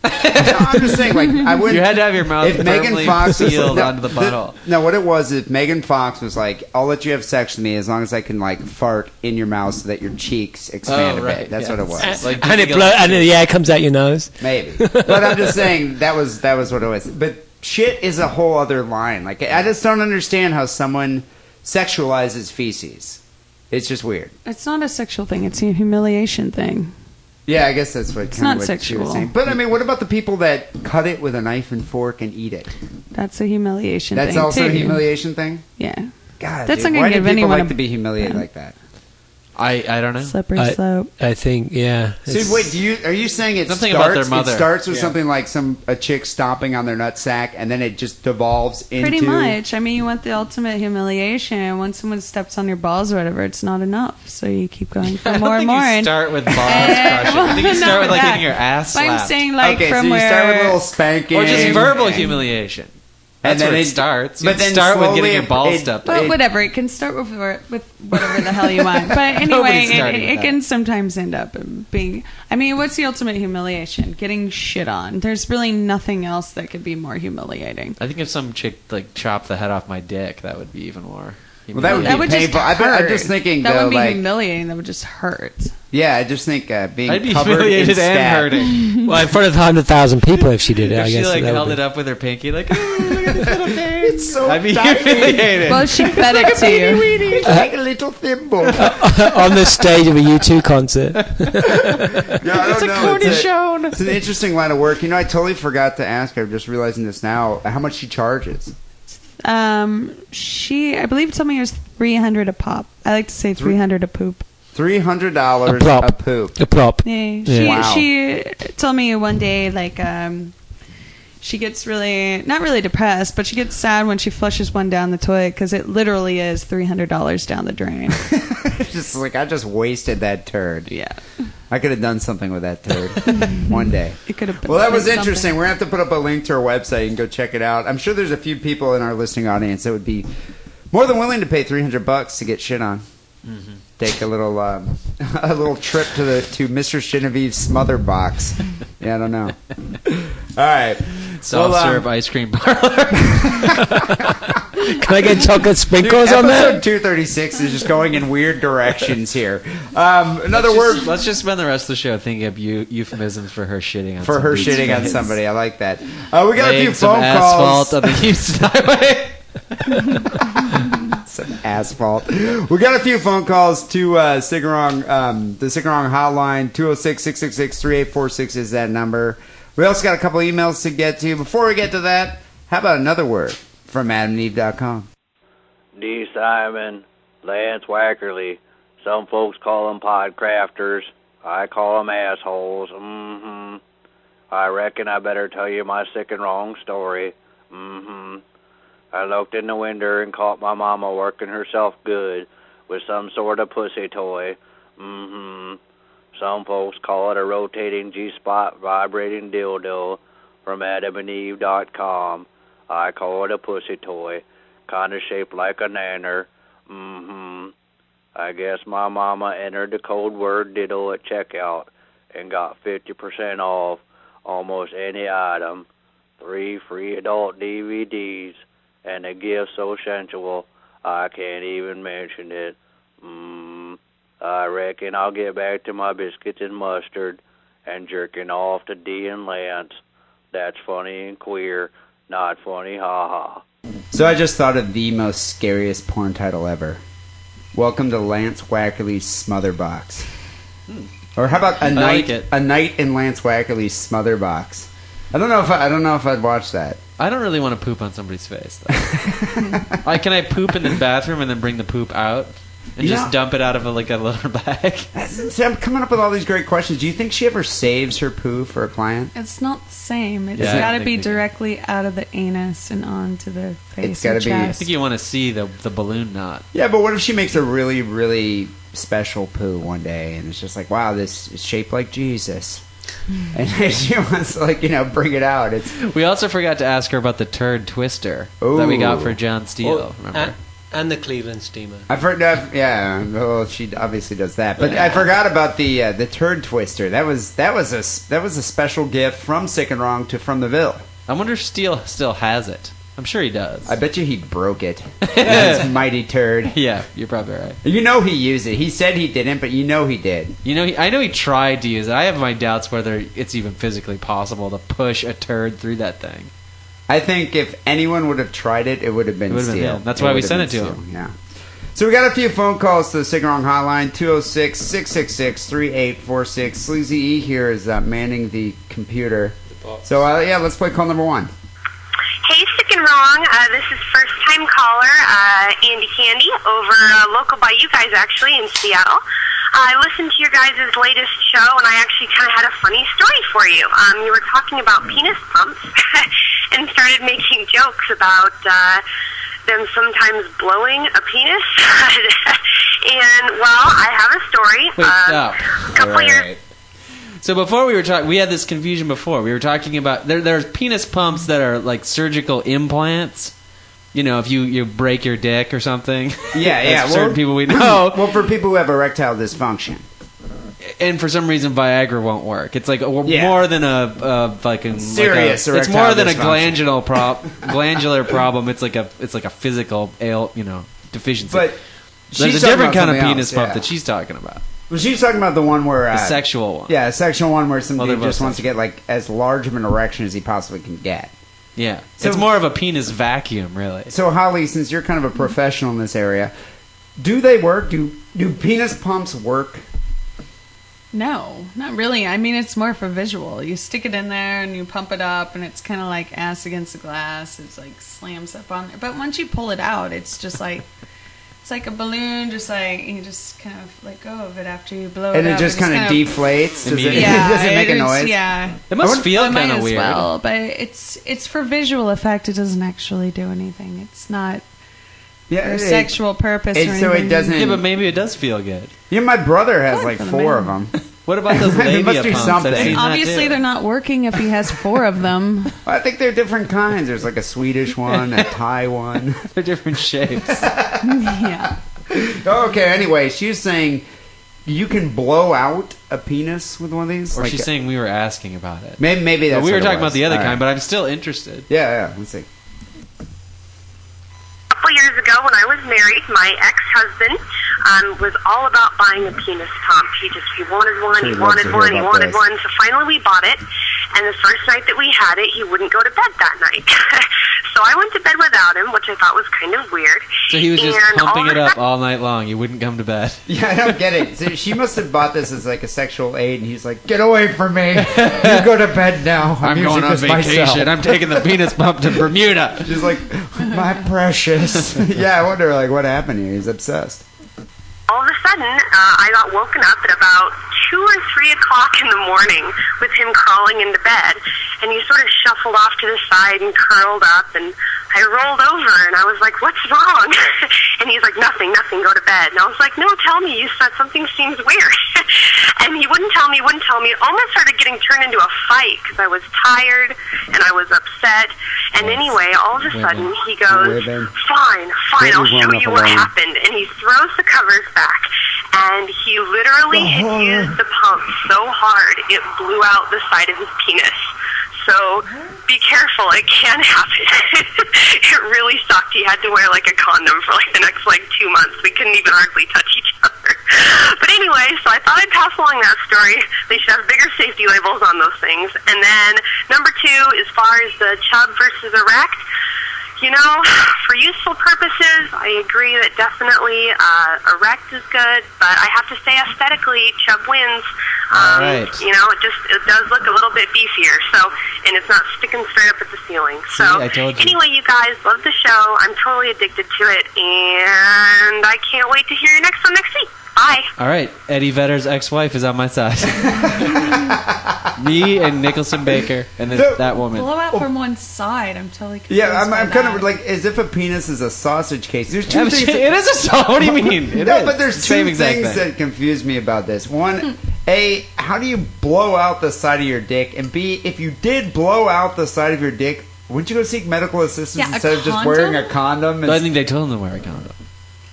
No, I'm just saying, like, I wouldn't. You had to have your mouth if Megan firmly Fox sealed no, onto the butthole. No, what it was is Megan Fox was like, "I'll let you have sex with me as long as I can like fart in your mouth so that your cheeks expand Oh, a right, bit." That's yeah. what it was. like And it dipping blow, a- and it, yeah, it comes out your nose. Maybe, but I'm just saying that was that was what it was. But shit is a whole other line. Like, I just don't understand how someone sexualizes feces. It's just weird. it's not a sexual thing; it's a humiliation thing. Yeah, I guess that's what It's kinda not what She was sexual. saying. But I mean, what about the people that cut it with a knife and fork and eat it? That's a humiliation. That's thing, also a too. humiliation thing. Yeah, God, That's dude, not gonna why do give people anyone like a- to be humiliated yeah. like that? I I don't know. Slippery I- slope. I think, yeah. So wait, do you are you saying it Something about starts? their mother. It starts with Yeah. something like some a chick stomping on their nutsack, and then it just devolves into Pretty much. I mean, you want the ultimate humiliation. Once someone steps on your balls or whatever, it's not enough. So you keep going I for don't more think and more. You and- start with balls and- crushing. I think you Not start with like that. getting your ass But slapped. I'm saying like okay, from so you where start with a little spanking, or just verbal and- humiliation. That's And then where it, it- starts. but You then start with slowly getting your it- balls it- stepped But on. it- whatever, it can start with where- with whatever the hell you want. But anyway, Nobody's it, starting it that. can sometimes end up being. I mean, what's the ultimate humiliation? Getting shit on. There's really nothing else that could be more humiliating. I think if some chick like chopped the head off my dick, that would be even more. Well, that would That be would painful. I just bet- hurt. I'm just thinking that though, would be like humiliating. That would just hurt. yeah, I just think uh, being I'd be covered in humiliated and stab. hurting. Well, in front of 100,000 people if she did it, if I she guess. like that would held be- it up with her pinky, like "Ah, look at this little thing. It's so I'd be tiny. humiliated. Well, she fed it to you. It's like a little thimble. yeah, on the stage of a U2 concert. I don't know. it's, a, it's an interesting line of work. You know, I totally forgot to ask. I'm just realizing this now. How much she charges? Um, she, I believe, told me it was three hundred a pop. I like to say three hundred a poop. Three hundred dollars A prop. a poop. A prop. Yeah, Yeah. she Wow. she told me one day like um, she gets really not really depressed, but she gets sad when she flushes one down the toilet because it literally is three hundred dollars down the drain. It's just like I just wasted that turd. yeah, I could have done something with that turd one day. it could have. been Well, that was something. interesting. We're going to have to put up a link to our website and go check it out. I'm sure there's a few people in our listening audience that would be more than willing to pay 300 bucks to get shit on. Take a little um, a little trip to the to Mr. Genevieve's smother box. Yeah, I don't know. All right. Soft Well, um, serve ice cream parlor. Can I get chocolate Dude, sprinkles on episode that? 236 is just going in weird directions here. Um, another Let's word just- Let's just spend the rest of the show thinking up eu- euphemisms for her shitting on for her somebody's shitting on face. somebody. I like that. Uh, we got a few Laying some phone asphalt calls. on the Houston highway. some asphalt. We got a few phone calls to uh, Sigarong, um, the Sigarong hotline, 206 666 3846 is that number. We also got a couple emails to get to. Before we get to that, how about another word from adamandeve.com? D. Simon, Lance Wackerly. Some folks call them podcrafters. I call them assholes. Mm-hmm. I reckon I better tell you my sick and wrong story. Mm-hmm. I looked in the window and caught my mama working herself good with some sort of pussy toy. Mm-hmm. Some folks call it a rotating G-spot vibrating dildo from adamandeve.com. I call it a pussy toy kind of shaped like a nanner. Mm-hmm. I guess my mama entered the code word diddle at checkout and got 50% off almost any item, three free adult DVDs, and a gift so sensual I can't even mention it. Mm, I reckon I'll get back to my biscuits and mustard and jerking off to D and Lance. That's funny and queer, not funny, ha ha. So I just thought of the most scariest porn title ever. Welcome to Lance Wackerly's Smother Box. Or how about a like night it. a night in Lance Wackerly's Smother Box? I don't know if I, I don't know if I'd watch that. I don't really want to poop on somebody's face. Though. like, can I poop in the bathroom and then bring the poop out and Yeah. just dump it out of a, like a little bag? See, I'm coming up with all these great questions. Do you think she ever saves her poo for a client? It's not the same. It's Yeah, I don't got to think be they do. directly out of the anus and onto the face. It's gotta and be- I chest. think you want to see the the balloon knot. Yeah, but what if she makes a really, really special poo one day, and it's just like, wow, this is shaped like Jesus, Hmm. and she wants to, like, you know, bring it out. It's We also forgot to ask her about the turd twister that we got Ooh. for John Steele. Well, remember? and, and the Cleveland steamer. I've heard, I've, yeah, well, she obviously does that. But I forgot about the uh, the turd twister. That was that was a s- that was a special gift from Sick and Wrong to From the Ville. I wonder if Steele still has it. I'm sure he does. I bet you he broke it. That's mighty turd. yeah, you're probably right. You know he used it. He said he didn't, but you know he did. You know, he, I know he tried to use it. I have my doubts whether it's even physically possible to push a turd through that thing. I think if anyone would have tried it, it would have been It would have been Steele. him. That's why we would have sent been it to Steele, Yeah. So we got a few phone calls to the Sigarong hotline 206 666 3846. Sleazy E here is uh, manning the computer. So uh, yeah, let's play call number one. Hey, sick and wrong. Uh, this is first time caller uh, Andy Candy over uh, local by you guys actually in Seattle. I listened to your guys' latest show, and I actually kind of had a funny story for you. Um, you were talking about penis pumps and started making jokes about uh, them sometimes blowing a penis. and, well, I have a story. Wait, um, stop. couple All years- right. So before we were talking, we had this confusion before. We were talking about there. There's penis pumps that are like surgical implants. You know, if you you break your dick or something. Yeah, That's yeah. for Certain well- people we know, well, for people who have erectile dysfunction. and for some reason Viagra won't work. It's like a, more than a, a fucking Serious Like a, it's erectile more than a dysfunction. glandular prop, glandular problem. It's like a it's like a physical ail, you know, deficiency. But there's a she's talking different about kind of something penis else, pump yeah. that she's talking about. Well, she's talking about the one where uh, The sexual one. Yeah, a sexual one where some Well, dude they're just both wants to get like as large of an erection as he possibly can get. Yeah, So- it's more of a penis vacuum, really. So, Holly, since you're kind of a professional in this area, do they work? Do do penis pumps work? No, not really. I mean, it's more for visual. You stick it in there and you pump it up, and it's kind of like ass against the glass. It's like slams up on there. But once you pull it out, it's just like it's like a balloon. Just like you just kind of let go of it after you blow and it, it up. just It's kind of deflates. Does it, Yeah, does it make a it's- noise? Yeah, It must I wonder- feel It might kind of as weird. well, but it's it's for visual effect. It doesn't actually do anything. It's not Yeah, for it- sexual purpose it- or anything. so it doesn't. Yeah, but maybe it does feel good. yeah, my brother has like for the four man. of them. What about those They labia must do pumps? something. That she's not Obviously, doing? they're not working if he has four of them. I think they're different kinds. There's like a Swedish one, a Thai one. they're different shapes. yeah. okay, anyway, she was saying you can blow out a penis with one of these. or Like, she's saying we were asking about it. maybe maybe that's But we were what it talking was. about the other All kind, right. but I'm still interested. yeah, yeah. Let's see. couple years ago when I was married, my ex-husband um, was all about buying a penis pump. He just he wanted one, Sure, he he'd love to wanted hear one, he about wanted this. one. So finally we bought it, and the first night that we had it, he wouldn't go to bed that night. so I went to bed without him, which I thought was kind of weird. So he was just and all pumping of it a up all night long. He wouldn't come to bed. Yeah, I don't get it. So she must have bought this as like a sexual aid, and he's like, "Get away from me! You go to bed now. I'm, using going on this vacation. myself." I'm taking the penis pump to Bermuda. She's like, "My precious." yeah, I wonder like what happened here. He's obsessed. all of a sudden, uh, I got woken up at about two or three o'clock in the morning with him crawling into bed, and he sort of shuffled off to the side and curled up, and I rolled over and I was like, "What's wrong?" and he's like, "Nothing, nothing. Go to bed." And I was like, "No, tell me. You said something seems weird." and he wouldn't tell me, wouldn't tell me. It almost started getting turned into a fight because I was tired and I was upset. And anyway, all of a sudden, he goes, Women. "Fine, fine. I'll Women show run you up what alone. happened." happened, and he throws the covers back, and he literally had used the pump so hard it blew out the side of his penis. So be careful; it can happen. it really sucked. He had to wear like a condom for like the next like two months. We couldn't even hardly touch each other. But anyway, so I thought I'd pass along that story. They should have bigger safety labels on those things. And then number two, as far as the chub versus erect, you know, for useful purposes, I agree that definitely uh, erect is good, but I have to say aesthetically, Chubb wins. Um, All right. You know, it just it does look a little bit beefier, so and it's not sticking straight up at the ceiling. So See, I told you. anyway, you guys love the show. I'm totally addicted to it, and I can't wait to hear your next one next week. Bye. All right, Eddie Vedder's ex-wife is on my side. Me and Nicholson Baker and this, No. that woman. Blow out from one side. I'm totally confused. oh. Yeah, I'm, by I'm kind of that. like as if a penis is a sausage case. There's two It things. is a song. What do you mean? It no, is. but there's Same two exact things thing. Hmm. that confuse me about this. One, A, how do you blow out the side of your dick? And B, if you did blow out the side of your dick, wouldn't you go seek medical assistance Yeah, a instead of just condom? wearing a condom? But I and- think they told him to wear a condom.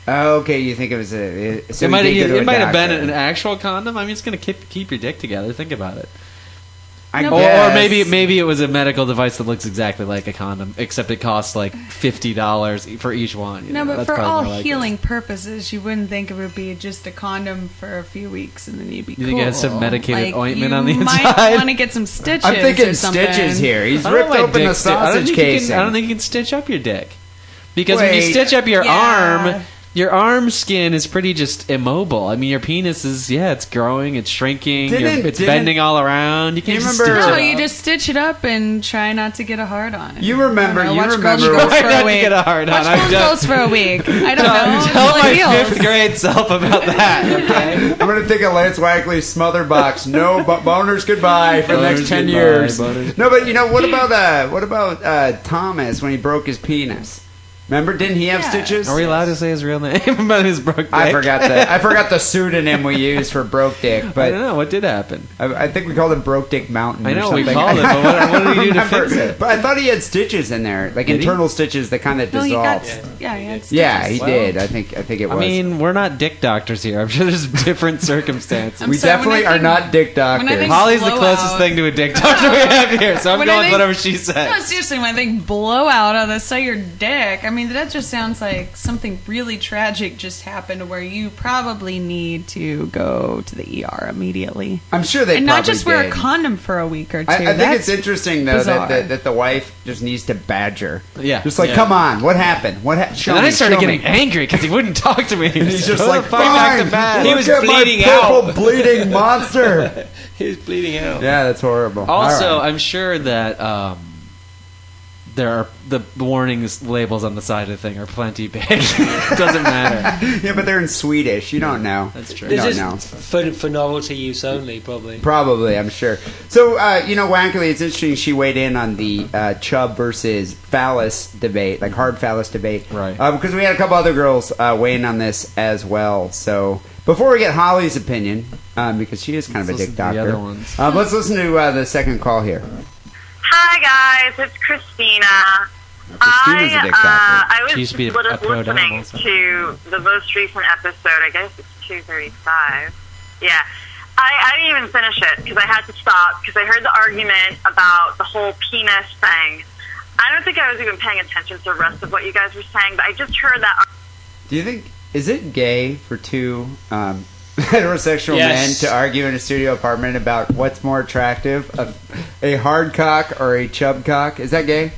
oh, okay, you think it was a. it- So it might, you have, did go to it a might have been doctor. an actual condom. I mean, it's going to keep, keep your dick together. Think about it. I No, Or, guess. or maybe maybe it was a medical device that looks exactly like a condom, except it costs like fifty dollars for each one. you No, know, but that's for probably all more like it. healing purposes, you wouldn't think it would be just a condom for a few weeks and then you'd be. You think it has some cool. medicated Like, ointment you on the Might inside? want to get some stitches. I'm or thinking something. stitches here. He's I don't ripped know why open the dick's di- I don't sausage think you can- casing. I don't think you can stitch up your dick because when you Wait. stitch up your Yeah. arm, your arm skin is pretty just immobile. I mean, your penis is yeah, it's growing, it's shrinking, you're- Didn't- it's didn't- bending all around. You can't You just remember- stitch No, it you up. just stitch it up and try not to get a hard on. You remember? I don't You know, watch Golden remember? Girls Why for a not you week. get a hard on? Watch I've Golden done- Girls for a week. I don't know. Tell Until my it heals. fifth grade self about that. Okay. I'm gonna think of Lance Wackley's smother box. No bo- boners, goodbye for the next Boners, ten goodbye, years. boners. No, but you know what about uh, what about uh, Thomas when he broke his penis? Remember? Didn't he have Yeah. stitches? Are we allowed to say his real name about his broke dick? I forgot the I forgot the pseudonym we used for broke dick, I but don't know what did happen. I, I think we called him Broke Dick Mountain. I know or we something. called it, but what- what did he do to I don't fix it? But I thought he had stitches in there, like Did he? internal stitches that kind of No, you dissolve. got. Yeah, you had stitches. yeah, he Well, did. I think I think it I was. mean, we're not dick doctors here. I'm sure there's different circumstances. I'm we sorry, when definitely I are think- not dick I doctors. think- Holly's the Blowout. closest thing to a dick doctor we have here, so I'm When I going with think- whatever she said. No, seriously, when I think blowout on the side of your dick, I mean, that just sounds like something really tragic just happened where you probably need to go to the ER immediately. I'm sure they and not probably just wear did. a condom for a week or two. I, I think it's That's- interesting though bizarre. that, that that the wife just needs to badger. Yeah. just like Yeah. come on, what happened? What happened? and then I started getting angry because he wouldn't talk to me. He's just Go like the fuck back "Fine, to bed. look He was at bleeding my purple out." bleeding monster. He's bleeding out. yeah, that's horrible. All Also, right. I'm sure that um, there are the warnings labels on the side of the thing are plenty big. Doesn't matter. yeah, but they're in Swedish. You don't know. That's true. You This don't is know. for, for novelty use only, probably. Probably, I'm sure. So, uh, you know, Wankley, it's interesting she weighed in on the uh, Chubb versus phallus debate, like hard phallus debate. Right. Uh, because we had a couple other girls uh, weighing in on this as well. So, before we get Holly's opinion, um, because she is kind Let's of a dick listen to the doctor, other ones. Um, let's listen to uh, the second call here. Hi guys, it's Christina. Christina's a I dick doctor. uh, I She was used to be a- was a pro listening down also. to the most recent episode. I guess it's two thirty-five. Yeah, I, I didn't even finish it because I had to stop because I heard the argument about the whole penis thing. I don't think I was even paying attention to the rest of what you guys were saying, but I just heard that Do you think, is it gay for two um, heterosexual Yes. men to argue in a studio apartment about what's more attractive, a, a hard cock or a Chubb cock? Is that gay?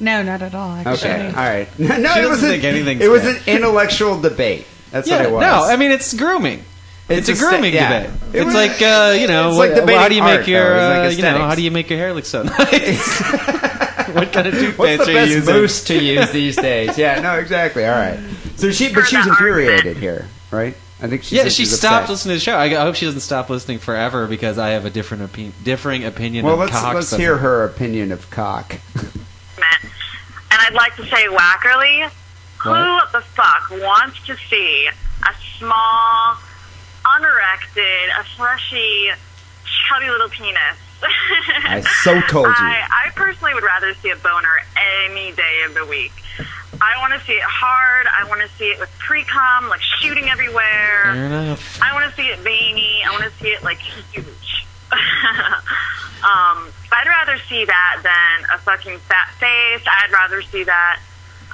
no, not at all. Actually. Okay, all right. No, doesn't it was think anything's It was bad. an intellectual debate. That's yeah, what it was. no, I mean it's grooming. It's, a, sta- grooming yeah. debate. It it's was- like uh, you know, it's what, like debating how do you art, make your though. It's like uh, you know aesthetics. how do you make your hair look so nice? what kind of toothpaste What's the are you best using? boost to use these days? Yeah, no, exactly. All right. So she, but she was infuriated here, right? I think she. yeah, said she was stopped upset. listening to the show. I, I hope she doesn't stop listening forever because I have a different opi- differing opinion. Well, of let's cocks let's than hear her opinion of cock. argument, and I'd like to say, Wackerly, What? who the fuck wants to see a small, unerected, a fleshy, chubby little penis? I so told you. I, I personally would rather see a boner any day of the week. I want to see it hard. I want to see it with pre cum, like shooting everywhere. Fair enough. I want to see it veiny. I want to see it like huge. um, I'd rather see that than a fucking fat face. I'd rather see that.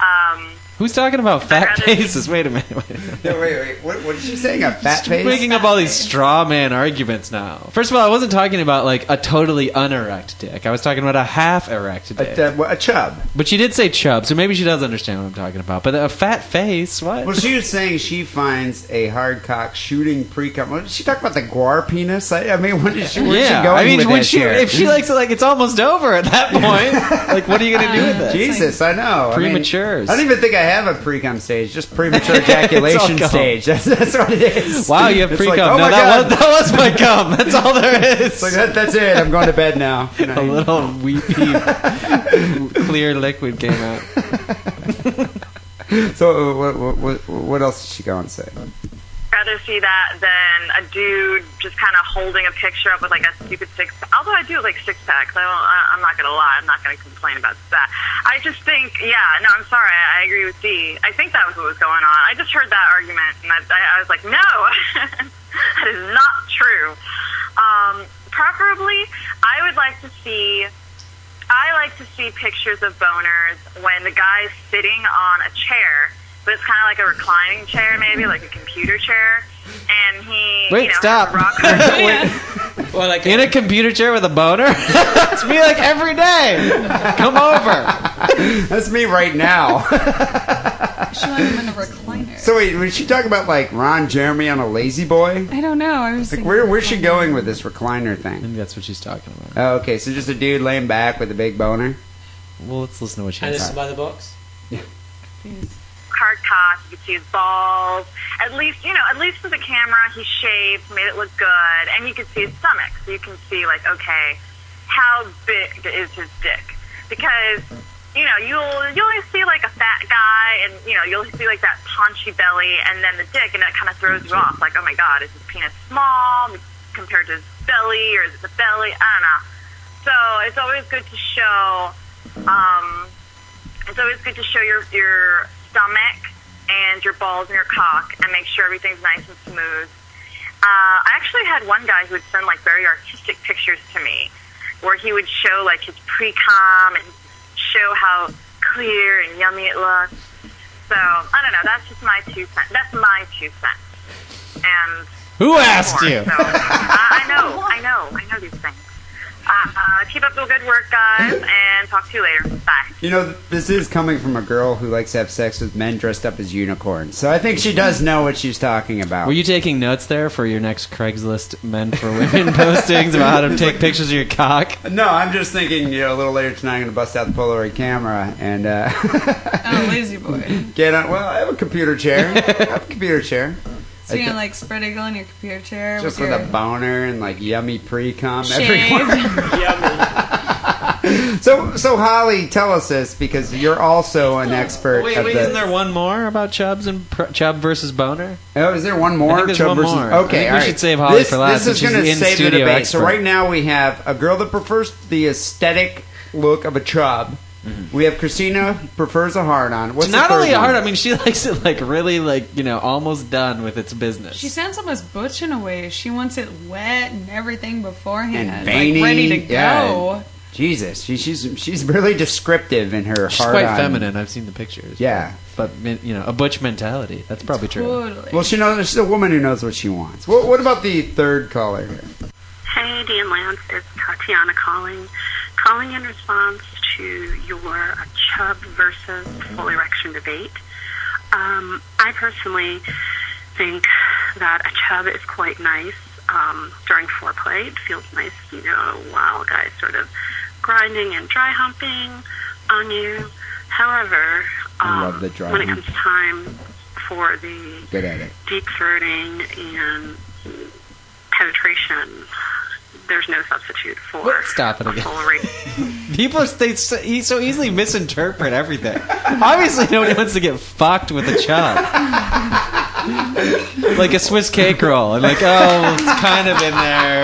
Um, Who's talking about I'd fat rather- faces? Wait a minute. Wait a minute. no, wait, wait. What, what is she saying? A fat Just making up all these straw man arguments now. First of all, I wasn't talking about like a totally unerect dick. I was talking about a half erect A, dick. a, a chub. but she did say chub, so maybe she does understand what I'm talking about. But a fat face, what? Well, she was saying she finds a hard cock shooting pre cum. What did she talk about the guar penis? I, I mean, what did she? Where's yeah, she going I mean, with when this she here? if she likes it, like it's almost over at that point. like, what are you gonna do with it? Jesus, I know. I mean, Prematures. I, don't even think I have a pre-cum stage, just premature It's ejaculation all gone. stage. That's, that's what it is. Wow, you have It's pre like, cum. oh no, my that was, God. that was my cum. That's all there is. It's like, that, that's it. I'm going to bed now. Good a night. little weepy, clear liquid came out. So, uh, what, what, what, what else is she going to say? rather see that than a dude just kind of holding a picture up with like a stupid six. Although I do like six packs, I don't. I, I'm not gonna lie. I'm not gonna complain about that. I just think, yeah, no, I'm sorry. I, I agree with D. I think that was what was going on. I just heard that argument, and I, I, I was like, no, that is not true. Um, preferably, I would like to see I like to see pictures of boners when the guy's sitting on a chair, but it's kind of like a reclining chair, maybe like a computer chair, and he Wait, you know, stop. Has a rocker. Well, like In a computer chair with a boner? That's me like every day. Come over. That's me right now. She let him in a recliner. So wait, was she talking about like Ron Jeremy on a Lazy Boy? I don't know. I was Like thinking where where's she going with this recliner thing? I think that's what she's talking about. Oh, okay. So just a dude laying back with a big boner. Well, let's listen to what she And this has. is by the box. hard cock. You could see his balls. At least, you know, at least with the camera, he shaved, made it look good, and you could see his stomach. So you can see, like, okay, how big is his dick? Because, you know, you'll you'll only see like a fat guy, and you know, you'll see like that paunchy belly, and then the dick, and that kind of throws you off. Like, oh my god, is his penis small compared to his belly, or is it the belly? I don't know. So it's always good to show. Um, it's always good to show your your stomach and your balls and your cock and make sure everything's nice and smooth. Uh, I actually had one guy who would send like very artistic pictures to me, where he would show like his pre-com and show how clear and yummy it looks. So I don't know. That's just my two cents. That's my two cents. And Who asked you? I, I know, I know, I know these things. Uh, uh, keep up the good work, guys, and talk to you later. Bye. You know, this is coming from a girl who likes to have sex with men dressed up as unicorns. So I think she does know what she's talking about. Were you taking notes there for your next Craigslist men for women postings about how to It's take like- pictures of your cock? No, I'm just thinking. You know, a little later tonight, I'm gonna bust out the Polaroid camera and uh, Oh, lazy boy. get on. Well, I have a computer chair. I have a computer chair. So you're gonna like spread eagle in your computer chair. just with with your a boner and like yummy pre com everywhere. shave. So, so Holly, tell us this because you're also an expert. Wait, of wait, the- isn't there one more about Chubbs and pr- Chubb versus Boner? Oh, is there one more? I think there's Chubb one versus- more. I Okay, think all we right. should save Holly this, for last. This is going gonna to save the debate. So right now we have a girl that prefers the aesthetic look of a chub. We have Christina who prefers a hard on. What's the Mm-hmm. not third only one? hard. I mean, she likes it like really, like you know, almost done with its business. She sounds almost butch in a way. She wants it wet and everything beforehand, and like veiny, ready to yeah. go. Jesus, she, she's she's really descriptive in her She's hard quite on. feminine. I've seen the pictures. Yeah. but you know, a butch mentality. That's probably true. Totally. Well, she knows she's a woman who knows what she wants. What, what about the third caller here? Hey, Dean Lance, it's Tatiana calling. Calling in response to your chub versus full erection debate. Um, I personally think that a chub is quite nice um, during foreplay. It feels nice, you know, while a guy's sort of grinding and dry humping on you. However, I love the dry Uh, when it hump. comes time for the Good at it. deep throating and penetration, there's no substitute for What? Stop it a again. full erection. People are they so, e- so easily misinterpret everything. Obviously, nobody wants to get fucked with a chub, like a Swiss cake roll. I'm like, oh, it's kind of in there,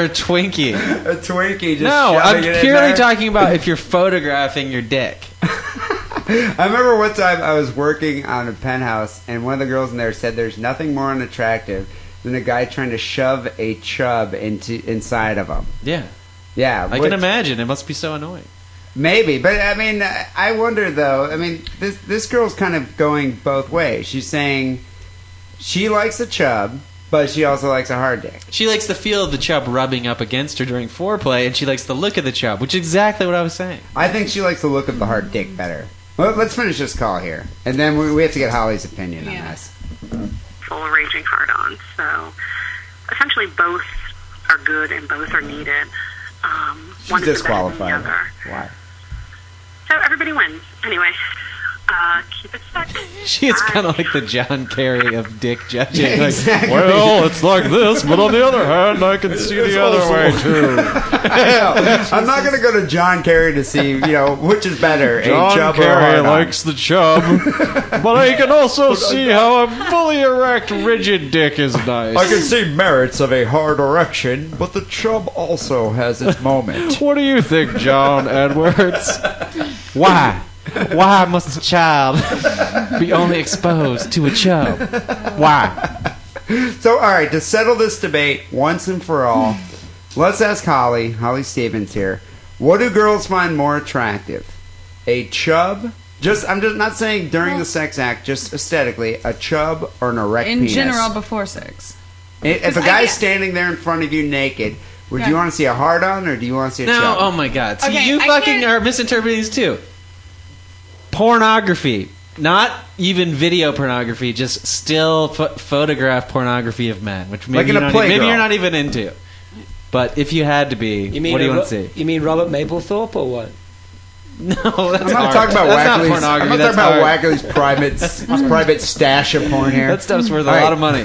or a Twinkie. A Twinkie. Just no, I'm shoving it in purely there. talking about if you're photographing your dick. I remember one time I was working on a penthouse, and one of the girls in there said, "There's nothing more unattractive than a guy trying to shove a chub into inside of him." Yeah, Yeah, I which- can imagine. It must be so annoying. Maybe, but I mean, I I wonder though. I mean, this this girl's kind of going both ways. She's saying she likes a chub, but she also likes a hard dick. She likes the feel of the chub rubbing up against her during foreplay, and she likes the look of the chub, which is exactly what I was saying. I think she likes the look of the hard dick better. Well, let's finish this call here, and then we, we have to get Holly's opinion on this. full raging hard on. So essentially, both are good and both are needed. Um, She's one is Better disqualified. than the other. Why? So everybody wins. Anyway, uh, keep it stuck. She is kind of like the John Kerry of dick judging. Yeah, Like, exactly. Well, it's like this, but on the other hand, I can see the other way too. I know. I'm not going to go to John Kerry to see, you know, which is better, a John chub or a Kerry hard-on. likes the chub, but I can also see how a fully erect, rigid dick is nice. I can see merits of a hard erection, but the chub also has its moment. What do you think, John Edwards? Why? Why must a child be only exposed to a chub? Why? So, all right, to settle this debate once and for all, let's ask Holly, Holly Stevens here. What do girls find more attractive? A chub? Just I'm just not saying during the sex act, just aesthetically, a chub or an erect In penis. general, before sex. if a I guy's get- standing there in front of you naked, would Yeah. you want to see a hard on or do you want to see a No, chub? oh my god. See, Okay, you I fucking can't- are misinterpreting these too. Pornography. not even video pornography, just still ph- photograph pornography of men, which maybe, Like in you're, a not, e-, Playgirl. maybe you're not even into. But if you had to be, You mean what do you a want Ro- to see? You mean Robert Mapplethorpe or what? No, that's I'm art. not talking about that's Wackley's- Not pornography, I'm not that's talking about art. Wackley's private private stash of porn here. That stuff's worth a All right. lot of money.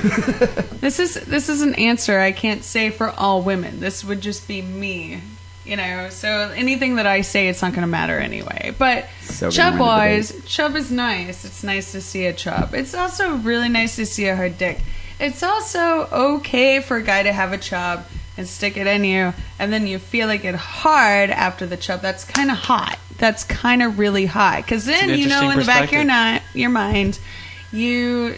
This is this is an answer I can't say for all women. This would just be me, you know. So anything that I say, it's not going to matter anyway. But So chub we wanted to wise, chub is nice. It's nice to see a chub. It's also really nice to see a hard dick. It's also okay for a guy to have a chub and stick it in you, and then you feel like it hard after the chub. That's kind of hot. That's kind of really hot because an then you know interesting in the back of your perspective. ni- your mind you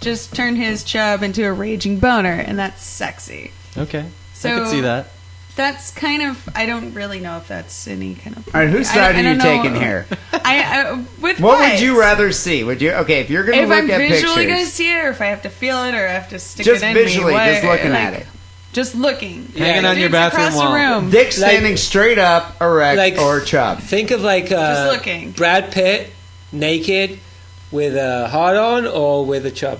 just turned his chub into a raging boner, and that's sexy. Okay, So- I could see that. That's kind of. I don't really know if that's any kind of. All right, whose I don't- side I are you don't know- taking here? I, I What with what, would you rather see? Would you okay if you're going to If look I'm at visually going to pictures? see it, or if I have to feel it, or I have to stick Just it in visually, me, just looking at it. just looking, Hanging on your Dudes bathroom across the room. Dick standing straight up, erect Like- or chub. Think of like uh, Just looking. Brad Pitt naked with a hard on or with a chub.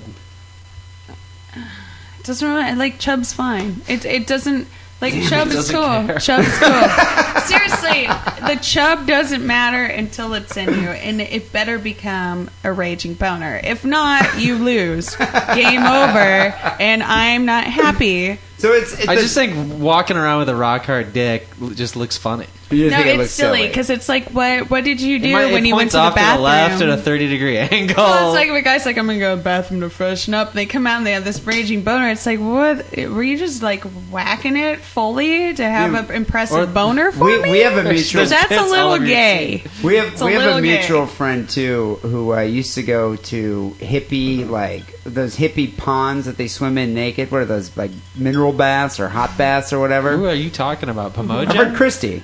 It doesn't really like Chubb's fine. It it doesn't like Damn, Chubb it is doesn't cool. care. Chubb's cool. Seriously, the Chubb doesn't matter until it's in you, and it better become a raging boner. If not, you lose. Game over, and I'm not happy. So it's. I just think walking around with a rock hard dick l- just looks funny. no, it's silly because it's like what what did you do It might- when it you points went to the off bathroom? to the left at a thirty degree angle. Oh. Well, it's like if a guy's like, I'm gonna go to the bathroom to freshen up. They come out and they have this raging boner. It's like, what? Were you just like whacking it fully to have Yeah. an impressive boner for we, me? we have a mutual. That's a little gay. We have It's a we have a little gay. mutual friend too who uh, used to go to hippie like those hippie ponds that they swim in naked. What are those like mineral baths or hot baths or whatever? Who are you talking about, Pomoja? I heard Christy.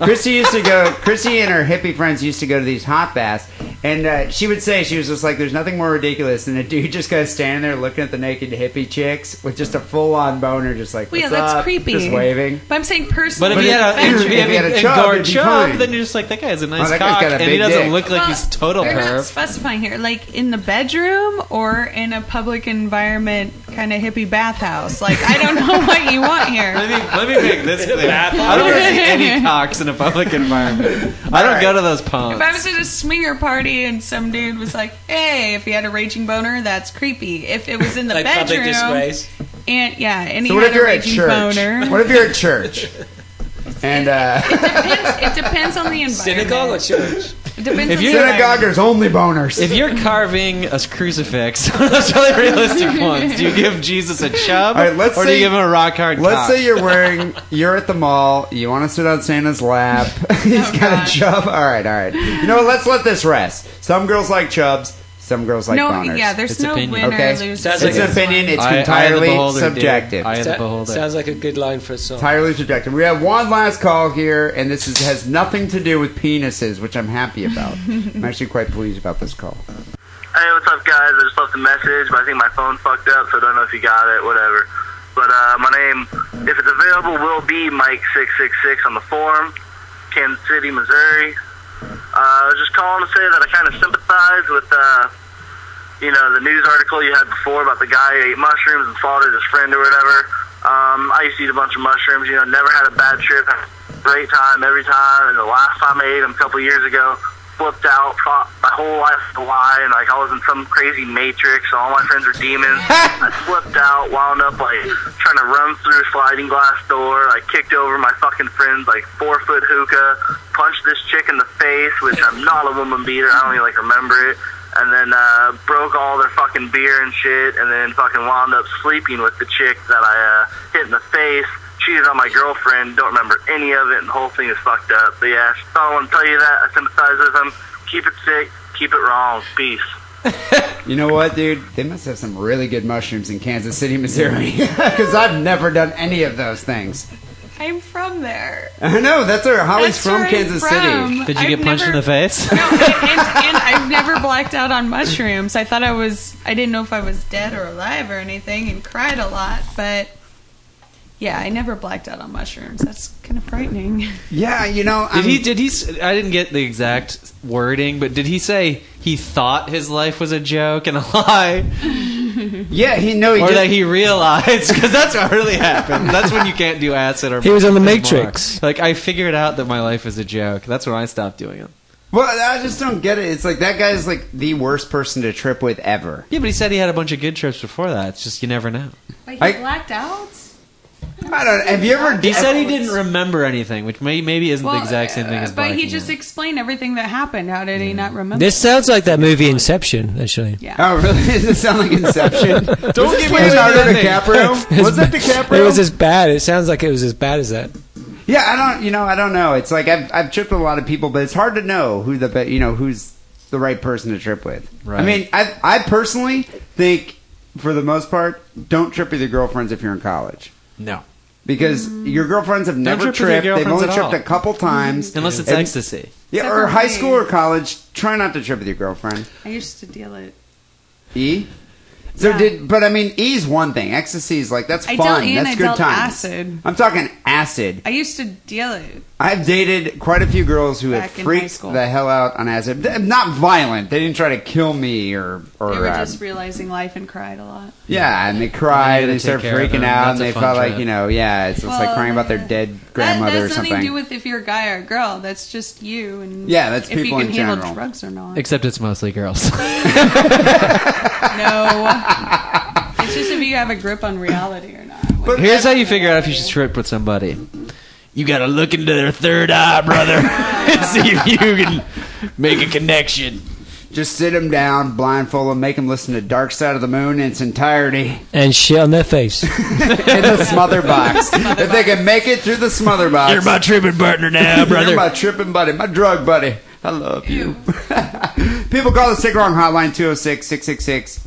Christy used to go. Christy and her hippie friends used to go to these hot baths, and uh, she would say she was just like, "There's nothing more ridiculous than a dude just kind of standing there looking at the naked hippie chicks with just a full-on boner, just like, Well, yeah, "What's that's up?" creepy. just waving." But I'm saying But personally, if he had a, if he had, a a chub, guard it'd be chub, fine. Oh, then you're just like that guy has a nice that guy's cock, got a and he big doesn't dick. look like he's total We're not perv. specifying here, like in the bedroom or in a public environment, kind of hippie bathhouse. Like I don't know what you want here. Let me make this clear. I don't want to see any cocks in a public environment. I don't go to those If I ponds. was at a swinger party and some dude was like, "Hey," if he had a raging boner, that's creepy. If it was in the Like public bedroom, disgrace. and yeah, and so he what had if a you're at raging church? boner. What if you're at church? and uh, It depends on the environment. Synagogue or church? It depends If on you're- the synagogue, there's only boners. If you're carving a crucifix on those really realistic ones, do you give Jesus a chub, All right, let's or do say- you give him a rock hard? Let's cock? say you're wearing, you're at the mall, you want to sit on Santa's lap, Oh, he's got a chub. All right, all right. You know what? Let's let this rest. Some girls like chubs, some girls like No, boners. yeah, there's It's no opinion. winner or loser. Sounds It's like an a- opinion, Eye- it's eye of the entirely beholder, dude. subjective. Eye of the beholder. Sounds like a good line for a song. Entirely subjective. We have one last call here, and this is, has nothing to do with penises, which I'm happy about. I'm actually quite pleased about this call. Hey, what's up, guys? I just left a message, but I think my phone fucked up, so I don't know if you got it, whatever. But uh, my name, if it's available, will be Mike666 on the forum, Kansas City, Missouri. Uh, I was just calling to say that I kind of sympathize with, uh, you know, the news article you had before about the guy who ate mushrooms and slaughtered his friend or whatever. Um, I used to eat a bunch of mushrooms, you know, never had a bad trip, had a great time every time. And the last time I ate them a couple years ago, flipped out, thought my whole life was a lie, and like I was in some crazy matrix. and All my friends were demons. I flipped out, wound up like trying to run through a sliding glass door. I kicked over my fucking friend's like four foot hookah, punched this chick in the face, which I'm not a woman beater. I don't even like remember it. And then uh, broke all their fucking beer and shit, and then fucking wound up sleeping with the chick that I uh, hit in the face. Cheated on my girlfriend. Don't remember any of it, and the whole thing is fucked up. But yeah, just thought I want to tell you that. I sympathize with him. Keep it sick. Keep it wrong. Peace. You know what, dude? They must have some really good mushrooms in Kansas City, Missouri, because I've never done any of those things. I'm from there. I know that's her. Holly's That's from where I'm Kansas from. City. Did you I've get punched never- in the face? No, and, and, and I've never blacked out on mushrooms. I thought I was. I didn't know if I was dead or alive or anything, and cried a lot. But Yeah, I never blacked out on mushrooms. That's kind of frightening. Yeah, you know. Did he? Did he? s- I didn't get the exact wording, but did he say he thought his life was a joke and a lie? Yeah, he no, he or did- that he realized because that's what really happened. That's when you can't do acid or. He was on The anymore. Matrix. Like I figured out that my life is a joke. That's when I stopped doing it. Well, I just don't get it. It's like that guy's like the worst person to trip with ever. Yeah, but he said he had a bunch of good trips before that. It's just you never know. Wait, he I- blacked out? I don't. Have you ever? He said he didn't remember anything, which may, maybe isn't Well, uh, the exact same thing uh, as. But he blacking just explained everything that happened. How did he not remember? This sounds like that movie Inception, actually. Yeah. Oh, really? Does it sound like Inception? Don't give me Leonardo DiCaprio. Was that DiCaprio? It was as bad. It sounds like it was as bad as that. Yeah, I don't. You know, I don't know. It's like I've I've tripped with a lot of people, but it's hard to know who the be- you know who's the right person to trip with. Right. I mean, I I personally think for the most part, don't trip with your girlfriends if you're in college. No. Because Mm. your girlfriends have never trip with your tripped. They've girlfriends only at tripped all. a couple times. it. unless it's And- ecstasy. Yeah, Except or for high me. school or college. Try not to trip with your girlfriend. I used to deal it. E. So Yeah. did, but I mean, E's one thing. Ecstasy is like that's I fun. dealt and that's I good dealt times. acid. I'm talking acid. I used to deal it. I've dated quite a few girls who have Back in high freaked school. the hell out on acid. Th- Not violent. They didn't try to kill me or or They were uh, just realizing life and cried a lot. yeah, and they cried You and gotta they take started care of freaking them. out and That's a they fun felt like trip. you know yeah it's, it's like Well, crying about their dead that, grandmother that's or nothing to do something. with if you're a guy or a girl. That's just you and Yeah, that's if people you can in handle general. drugs or not. Except it's mostly girls. no, it's just if you have a grip on reality or not. Here's how you figure out if you should trip with somebody. You gotta look into their third eye, brother, and see if you can make a connection. Just sit them down, blindfold them, make them listen to Dark Side of the Moon in its entirety. And shit on their face. in the smother box. if they can make it through the smother box, You're my tripping partner now, brother. You're my tripping buddy, my drug buddy. I love you. People call the Sick Wrong Hotline 206 666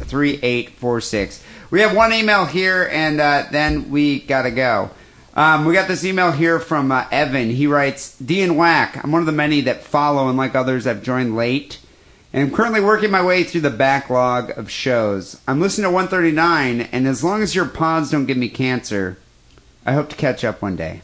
3846. We have one email here, and uh, then we gotta go. Um, we got this email here from uh, Evan. He writes, D and Whack, I'm one of the many that follow, and like others, I've joined late. And I'm currently working my way through the backlog of shows. I'm listening to 139, and as long as your pods don't give me cancer, I hope to catch up one day.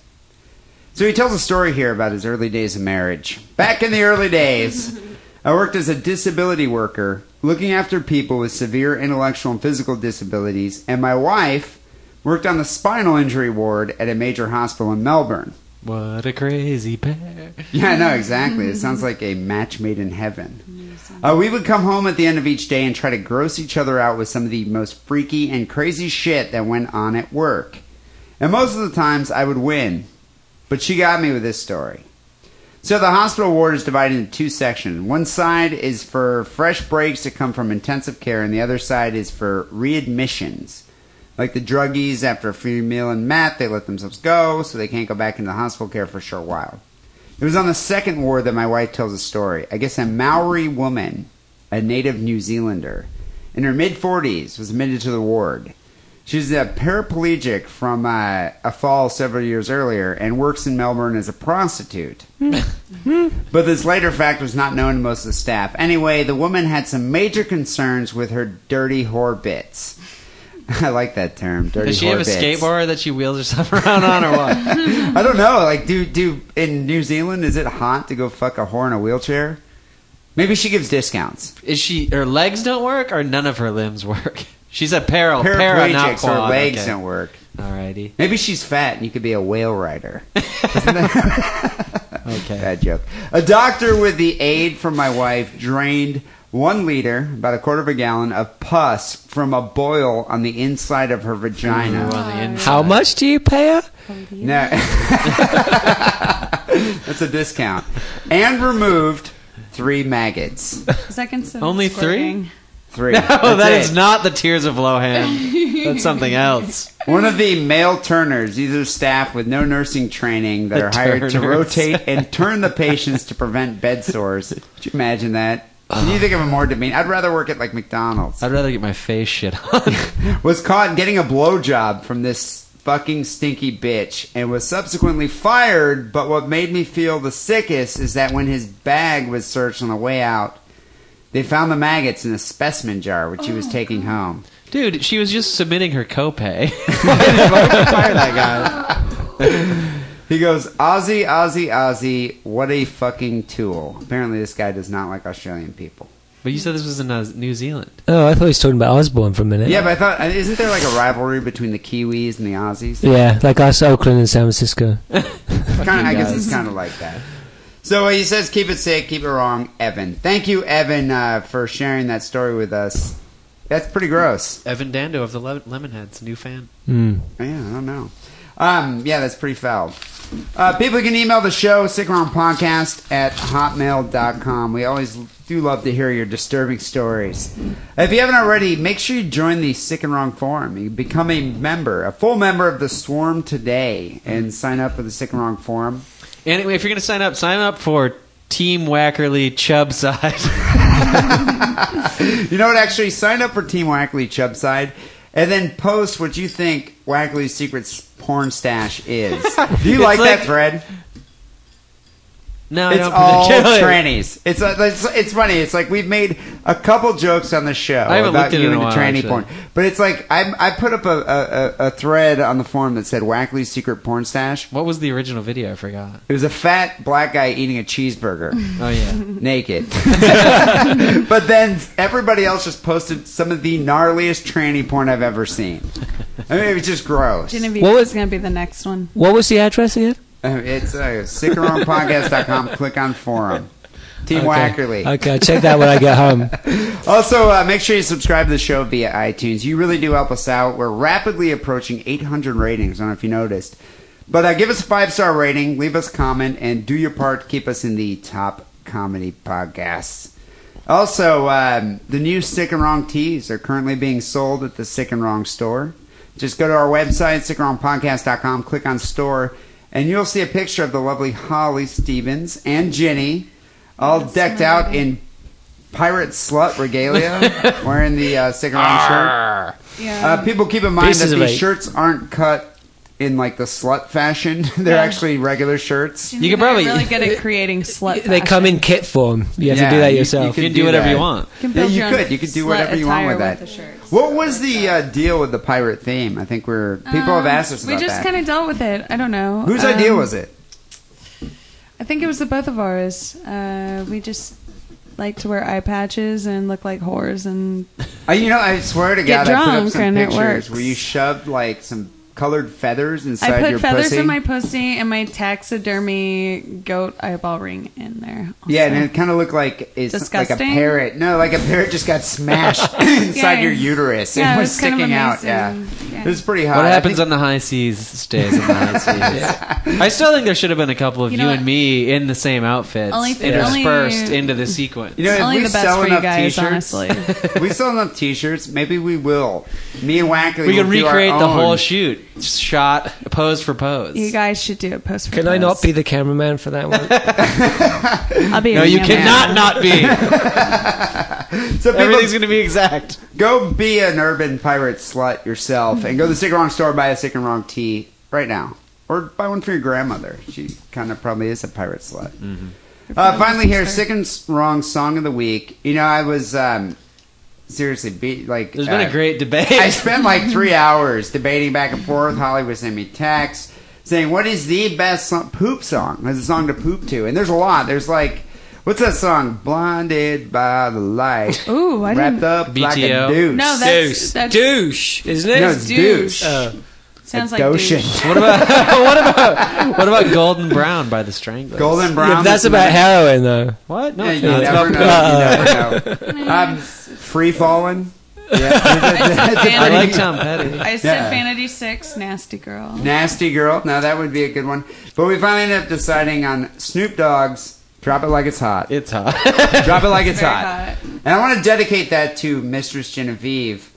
So he tells a story here about his early days of marriage. Back in the early days, I worked as a disability worker, looking after people with severe intellectual and physical disabilities, and my wife worked on the spinal injury ward at a major hospital in Melbourne. What a crazy pair. Yeah, I know, exactly. It sounds like a match made in heaven. Uh, we would come home at the end of each day and try to gross each other out with some of the most freaky and crazy shit that went on at work. And most of the times I would win. But she got me with this story. So the hospital ward is divided into two sections. One side is for fresh breaks that come from intensive care, and the other side is for readmissions. Like the druggies, after a free meal and mat, they let themselves go, so they can't go back into hospital care for a short while. It was on the second ward that my wife tells a story. I guess a Maori woman, a native New Zealander, in her mid 40s, was admitted to the ward. She's a paraplegic from uh, a fall several years earlier and works in Melbourne as a prostitute. But this later fact was not known to most of the staff. Anyway, the woman had some major concerns with her dirty whore bits. I like that term, dirty Does she whore have a bits. skateboard that she wheels herself around on, or what? I don't know. Like, do do in New Zealand is it hot to go fuck a whore in a wheelchair? Maybe she gives discounts. Is she? Her legs don't work, or none of her limbs work. She's a peril. Para, not Paraplegics, her quad. legs Okay. don't work. Alrighty. Maybe she's fat and you could be a whale rider. Okay. Bad joke. A doctor with the aid from my wife drained one liter, about a quarter of a gallon, of pus from a boil on the inside of her vagina. How much do you pay her? No. That's a discount. And removed three maggots. Is that considered Only three? squirting? Three. No, That's that it. is not the tears of Lohan. That's something else. One of the male turners, these are staff with no nursing training that The are hired to turners. rotate and turn the patients to prevent bed sores. Could you imagine that? Can you think of a more demeaning? I'd rather work at like McDonald's. I'd rather get my face shit on. Was caught getting a blowjob from this fucking stinky bitch and was subsequently fired. But what made me feel the sickest is that when his bag was searched on the way out, They found the maggots in a specimen jar, which he Oh, was taking home. Dude, she was just submitting her copay. Fire that guy. he goes, Aussie, Aussie, Aussie, what a fucking tool. Apparently, this guy does not like Australian people. but you said this was in uh, New Zealand. Oh, I thought he was talking about Osborne for a minute. Yeah, but I thought, isn't there like a rivalry between the Kiwis and the Aussies? Yeah, like us, Oakland and San Francisco. kind of, I guess it's kind of like that. So uh, he says, keep it sick, keep it wrong, Evan. Thank you, Evan, uh, for sharing that story with us. That's pretty gross. Evan Dando of the Le- Lemonheads, new fan. Mm. Yeah, I don't know. Um, yeah, that's pretty foul. Uh, people can email the show, sickaroundpodcast at hotmail.com. We always do love to hear your disturbing stories. If you haven't already, make sure you join the Sick and Wrong Forum. You become a member, a full member of the Swarm today, and sign up for the Sick and Wrong Forum. And anyway, if you're going to sign up, sign up for Team Wackerly Chubb Side. you know what? Actually, sign up for Team Wackley Chub Side, and then post what you think Wackley's secret s- porn stash is. Do you It's like, like- that thread? No, I it's don't all particularly. trannies. It's, uh, it's it's funny. It's like we've made a couple jokes on the show I haven't about looked at it you in a into while, tranny actually. porn, but it's like I I put up a, a, a- a thread on the forum that said Wackley's secret porn stash. What was the original video? I forgot. It was a fat black guy eating a cheeseburger. Oh yeah, naked. but then everybody else just posted some of the gnarliest tranny porn I've ever seen. I mean, it was just gross. Genevieve What is going to be the next one. What was the address again? Uh, It's uh, sickaroundpodcast.com. Click on forum. Team Okay. Wackerly. Okay, I'll check that when I get home. Also, uh, make sure you subscribe to the show via iTunes. You really do help us out. We're rapidly approaching 800 ratings. I don't know if you noticed. But uh, give us a five star rating, leave us a comment, and do your part to keep us in the top comedy podcasts. Also, um, the new Sick and Wrong tees are currently being sold at the Sick and Wrong store. Just go to our website, sickandwrongpodcast.com, click on store, and you'll see a picture of the lovely Holly Stevens and Jenny all decked out in pirate slut regalia, wearing the uh, Sick and Wrong shirt. Uh, people keep in mind Pieces that of these eight. shirts aren't cut in like the slut fashion. They're Yeah. actually regular shirts. They're really good at creating slut. They come in kit form. You have Yeah, to do that you- you yourself. can You can do do whatever that. you want. You can Yeah, build you your own could. You could do slut whatever you want attire with that. what was the uh, deal with the pirate theme? I think we're people have asked us Um, We about just that. kind of dealt with it. I don't know. Whose Um, idea was it? I think it was the both of ours. Uh, we just like to wear eye patches and look like whores and Uh, you know, I swear to Get God, I put up drunk some and it pictures works. where you shoved like some colored feathers inside I your put feathers pussy. in my pussy and my taxidermy goat eyeball ring in there. yeah, and it kind of looked like it's like a Disgusting. parrot. No, like a parrot just got smashed inside Yeah. your uterus. Yeah, it it was, was kind of sticking out. Yeah. amazing. it was pretty hot. What I happens think- on the high seas stays on the high seas. I still think there should have been a couple of you, You know what? and me in the same outfits, Only if- interspersed only- into the sequence. You know, if Only we the best sell for you enough guys, t-shirts, honestly. we sell enough t-shirts. Maybe we will. Me and Wackley. we will could do our recreate the own. whole shoot, shot pose for pose. You guys should do a post. for Can I post. not be the cameraman for that one? I'll be. No, your you cameraman. cannot not be. So people- Everything's going to be exact. Go be an urban pirate slut yourself, and go to the Sick and Wrong store buy a Sick and Wrong tee right now, or buy one for your grandmother. She kind of probably is a pirate slut. Mm-hmm. Uh, finally, here, sick and s- wrong song of the week. You know, I was um, seriously be, like. There's been uh, a great debate. I spent like three hours debating back and forth. Holly was sending me texts saying, "What is the best song, poop song? There's a song to poop to, and there's a lot. There's like, what's that song? Blinded by the light. Ooh, I wrapped didn't- up like a BTO. douche. No, that's that's douche, isn't it? No, it's douche. Oh. sounds a like douche. douche. What about what about what about Golden Brown by the Stranglers? Golden Brown. Yeah, that's about heroin, though. What? No, Yeah, it's you not. never It's know. about- You never know. Um, free falling. Yeah, that's a I I like pretty- Tom Petty. I said Yeah. Vanity Six, Nasty Girl. Nasty Girl. Now that would be a good one. But we finally ended up deciding on Snoop Dogg's Drop It Like It's Hot. It's hot. Drop It Like It's Very hot. And I want to dedicate that to Mistress Genevieve,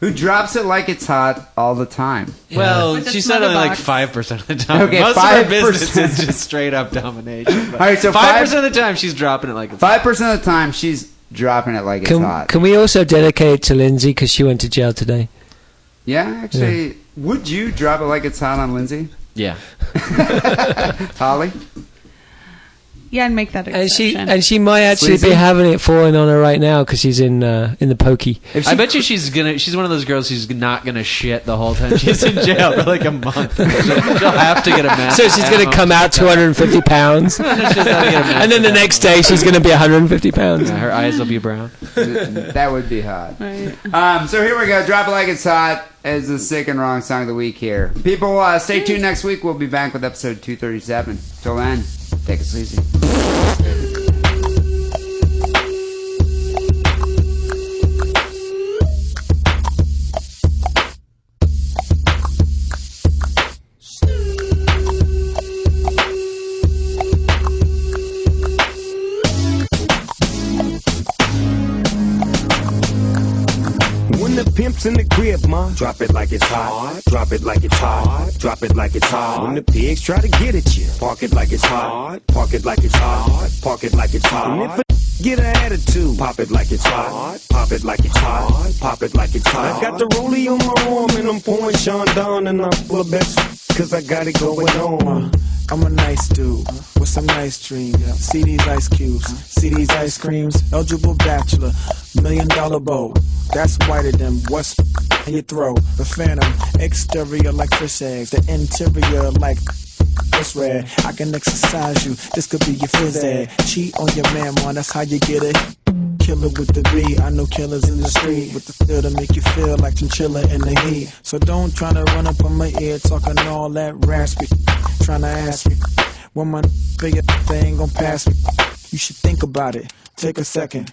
who drops it like it's hot all the time. Well, With the she said smother only like box. five percent of the time. Okay, Most of her 5%. business is just straight up domination. But All right, so five five- percent of the time she's dropping it like it's Five percent of the time, she's dropping it like it's Can, hot. can we also dedicate it to Lindsay because she went to jail today? yeah, actually, would you drop it like it's hot on Lindsay? yeah. Holly? Yeah, and make that exception. And she and she might actually be having it falling on her right now because she's in uh, in the pokey. I bet you she's gonna. She's one of those girls who's not gonna shit the whole time she's in jail for like a month. She'll have to get a mask. so she's going to come out 250 pounds, and then the next day she's going to be 150 pounds. her eyes will be brown. that would be hot. Um, so here we go. Drop it like it's hot as the sick and wrong song of the week here. People, uh, stay tuned next week. We'll be back with episode 237. Till then, take it easy. When the pimp's in the crib, ma, drop it like it's hot. Drop it like it's hot. Drop it like it's hot. When the pigs try to get at you, park it like it's hot. Park it like it's hot. Park it like it's hot. And if a get an attitude, pop it like it's hot. Pop it like it's hot. Pop it like it's hot. I got the rollie on my arm and I'm pouring Sean down and I'm full of best cause I got it going on. I'm a nice dude with some nice dreams. See these ice cubes, see these ice creams. Eligible bachelor, million dollar bow. That's whiter than what's in your throat. The phantom, exterior like fish eggs, the interior like. It's red. I can exercise you. This could be your phys ed. Cheat on your man, man. That's how you get it. Killer with the B. I know killers in the street with the feel to make you feel like chinchilla in the heat. So don't try to run up on my ear talking all that raspy. Tryna ask me when my bigger thing gon' pass me. You should think about it. Take a second.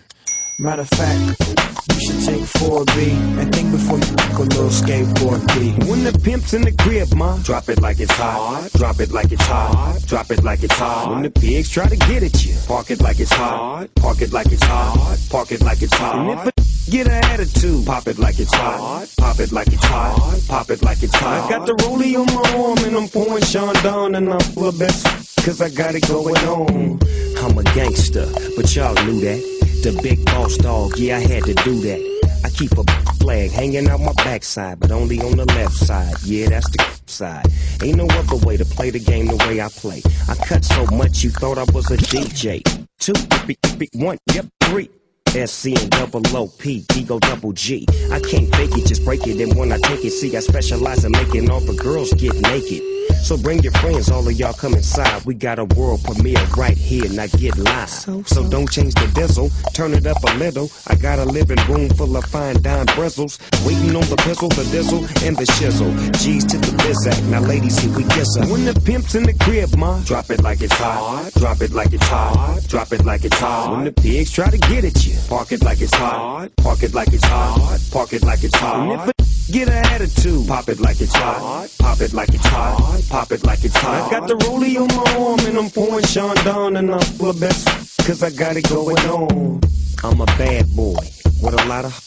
Matter of fact, you should take 4B and think before you fuck a little skateboard B. When the pimp's in the crib, ma, drop it like it's hot. Drop it like it's hot. Drop it like it's hot. When the pigs try to get at you, park it like it's hot. Park it like it's hot. Park it like it's hot. And if a get an attitude, pop it like it's hot. Pop it like it's hot. Pop it like it's hot. I got the rollie on my arm and I'm pouring Sean down and I'm full of best cause I got it going on. Hmm. I'm a gangster, but y'all knew that. The big boss dog, yeah, I had to do that. I keep a flag hanging out my backside, but only on the left side. Yeah, that's the side. Ain't no other way to play the game the way I play. I cut so much you thought I was a DJ. Two, b- b- one, yep, three. SC and double OP, Digo double G. I can't fake it, just break it. And when I take it, see, I specialize in making all the girls get naked. So bring your friends, all of y'all come inside. We got a world premiere right here, now get live. So, don't change the diesel, turn it up a little. I got a living room full of fine dime bristles. Waiting on the pistol, the diesel, and the shizzle. G's to the biz act, now ladies, here we kiss her. When the pimp's in the crib, ma, drop it like it's hot. Drop it like it's hot. Drop it like it's hot. When the pigs try to get at you, park it like it's hot. Park it like it's hot. Park it like it's hot. And if a get an attitude, pop it like it's hot. Pop it like it's hot. Pop it like it's hot. I got the rollie on my arm and I'm pouring Sean down and I'm full of best cause I got it going on. I'm a bad boy with a lot of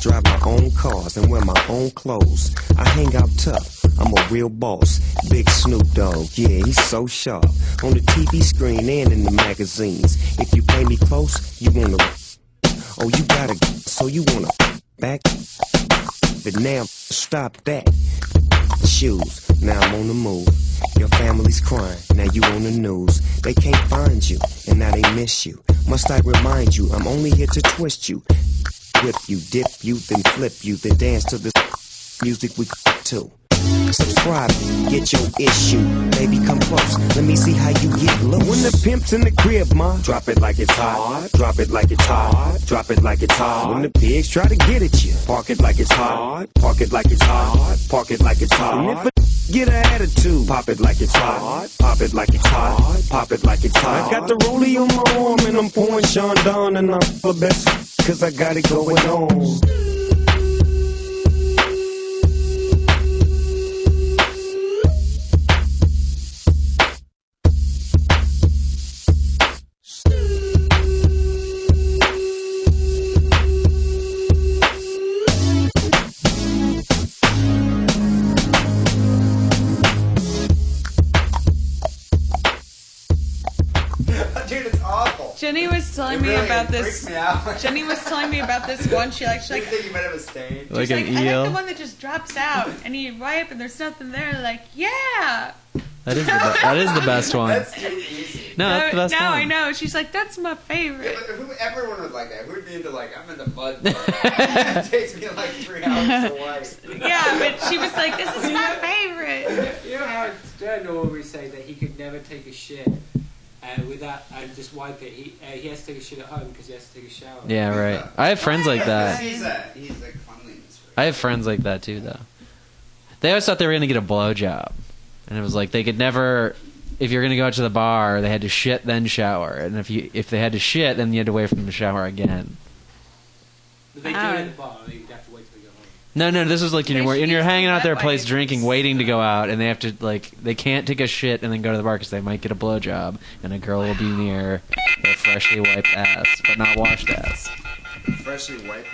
Drive my own cars and wear my own clothes. I hang out tough. I'm a real boss. Big Snoop Dogg, yeah, he's so sharp. On the TV screen and in the magazines. If you play me close, you wanna. Oh, you gotta. So you wanna back. But now, stop that. Shoes, now I'm on the move. Your family's crying, now you on the news. They can't find you, and now they miss you. Must I remind you, I'm only here to twist you whip you, dip you, then flip you, then dance to the music we to. Subscribe, get your issue. Baby, come close. Let me see how you get loose. When the pimp's in the crib, ma, drop it like it's hot. Drop it like it's hot. Drop it like it's hot. When the pigs try to get at you, park it like it's hot. Park it like it's hot. Park it like it's hot. And if a get an attitude, pop it like it's hot. Pop it like it's hot. Pop it like it's hot. I got the rollie on my arm and I'm pouring Sean down and I'm the best cause I got it going on. Dude, it's awful. Jenny was telling It me really about freaks this. me out. Jenny was telling me about this one. She like she like. think you might have a stain. She's like, I like the one that just drops out, and you wipe, and there's nothing there. Like, yeah, That is the, be- that is the best one. No, that's the best now one. I know. She's like, that's my favorite. Who, everyone would like that. Who would be into like I'm in the mud? it takes me like three hours to wipe. Yeah, but she was like, this is my favorite. You know how Stern always says that he could never take a shit uh, without and just wipe it. He uh, he has to take a shit at home because he has to take a shower. Yeah, right. I have friends like that. He's a he's a cleanliness. I have friends like that too, though. They always thought they were gonna get a blowjob, and it was like they could never. If you're gonna go out to the bar, they had to shit then shower, and if you if they had to shit, then you had to wait for them to shower again. But they do it at the bar. They have to wait till they go home. No, no, this was like you know, when you're hanging out at their place drinking, waiting to go out, and they have to like they can't take a shit and then go to the bar because they might get a blowjob, and a girl will be near their freshly wiped ass but not washed ass. Freshly wiped that.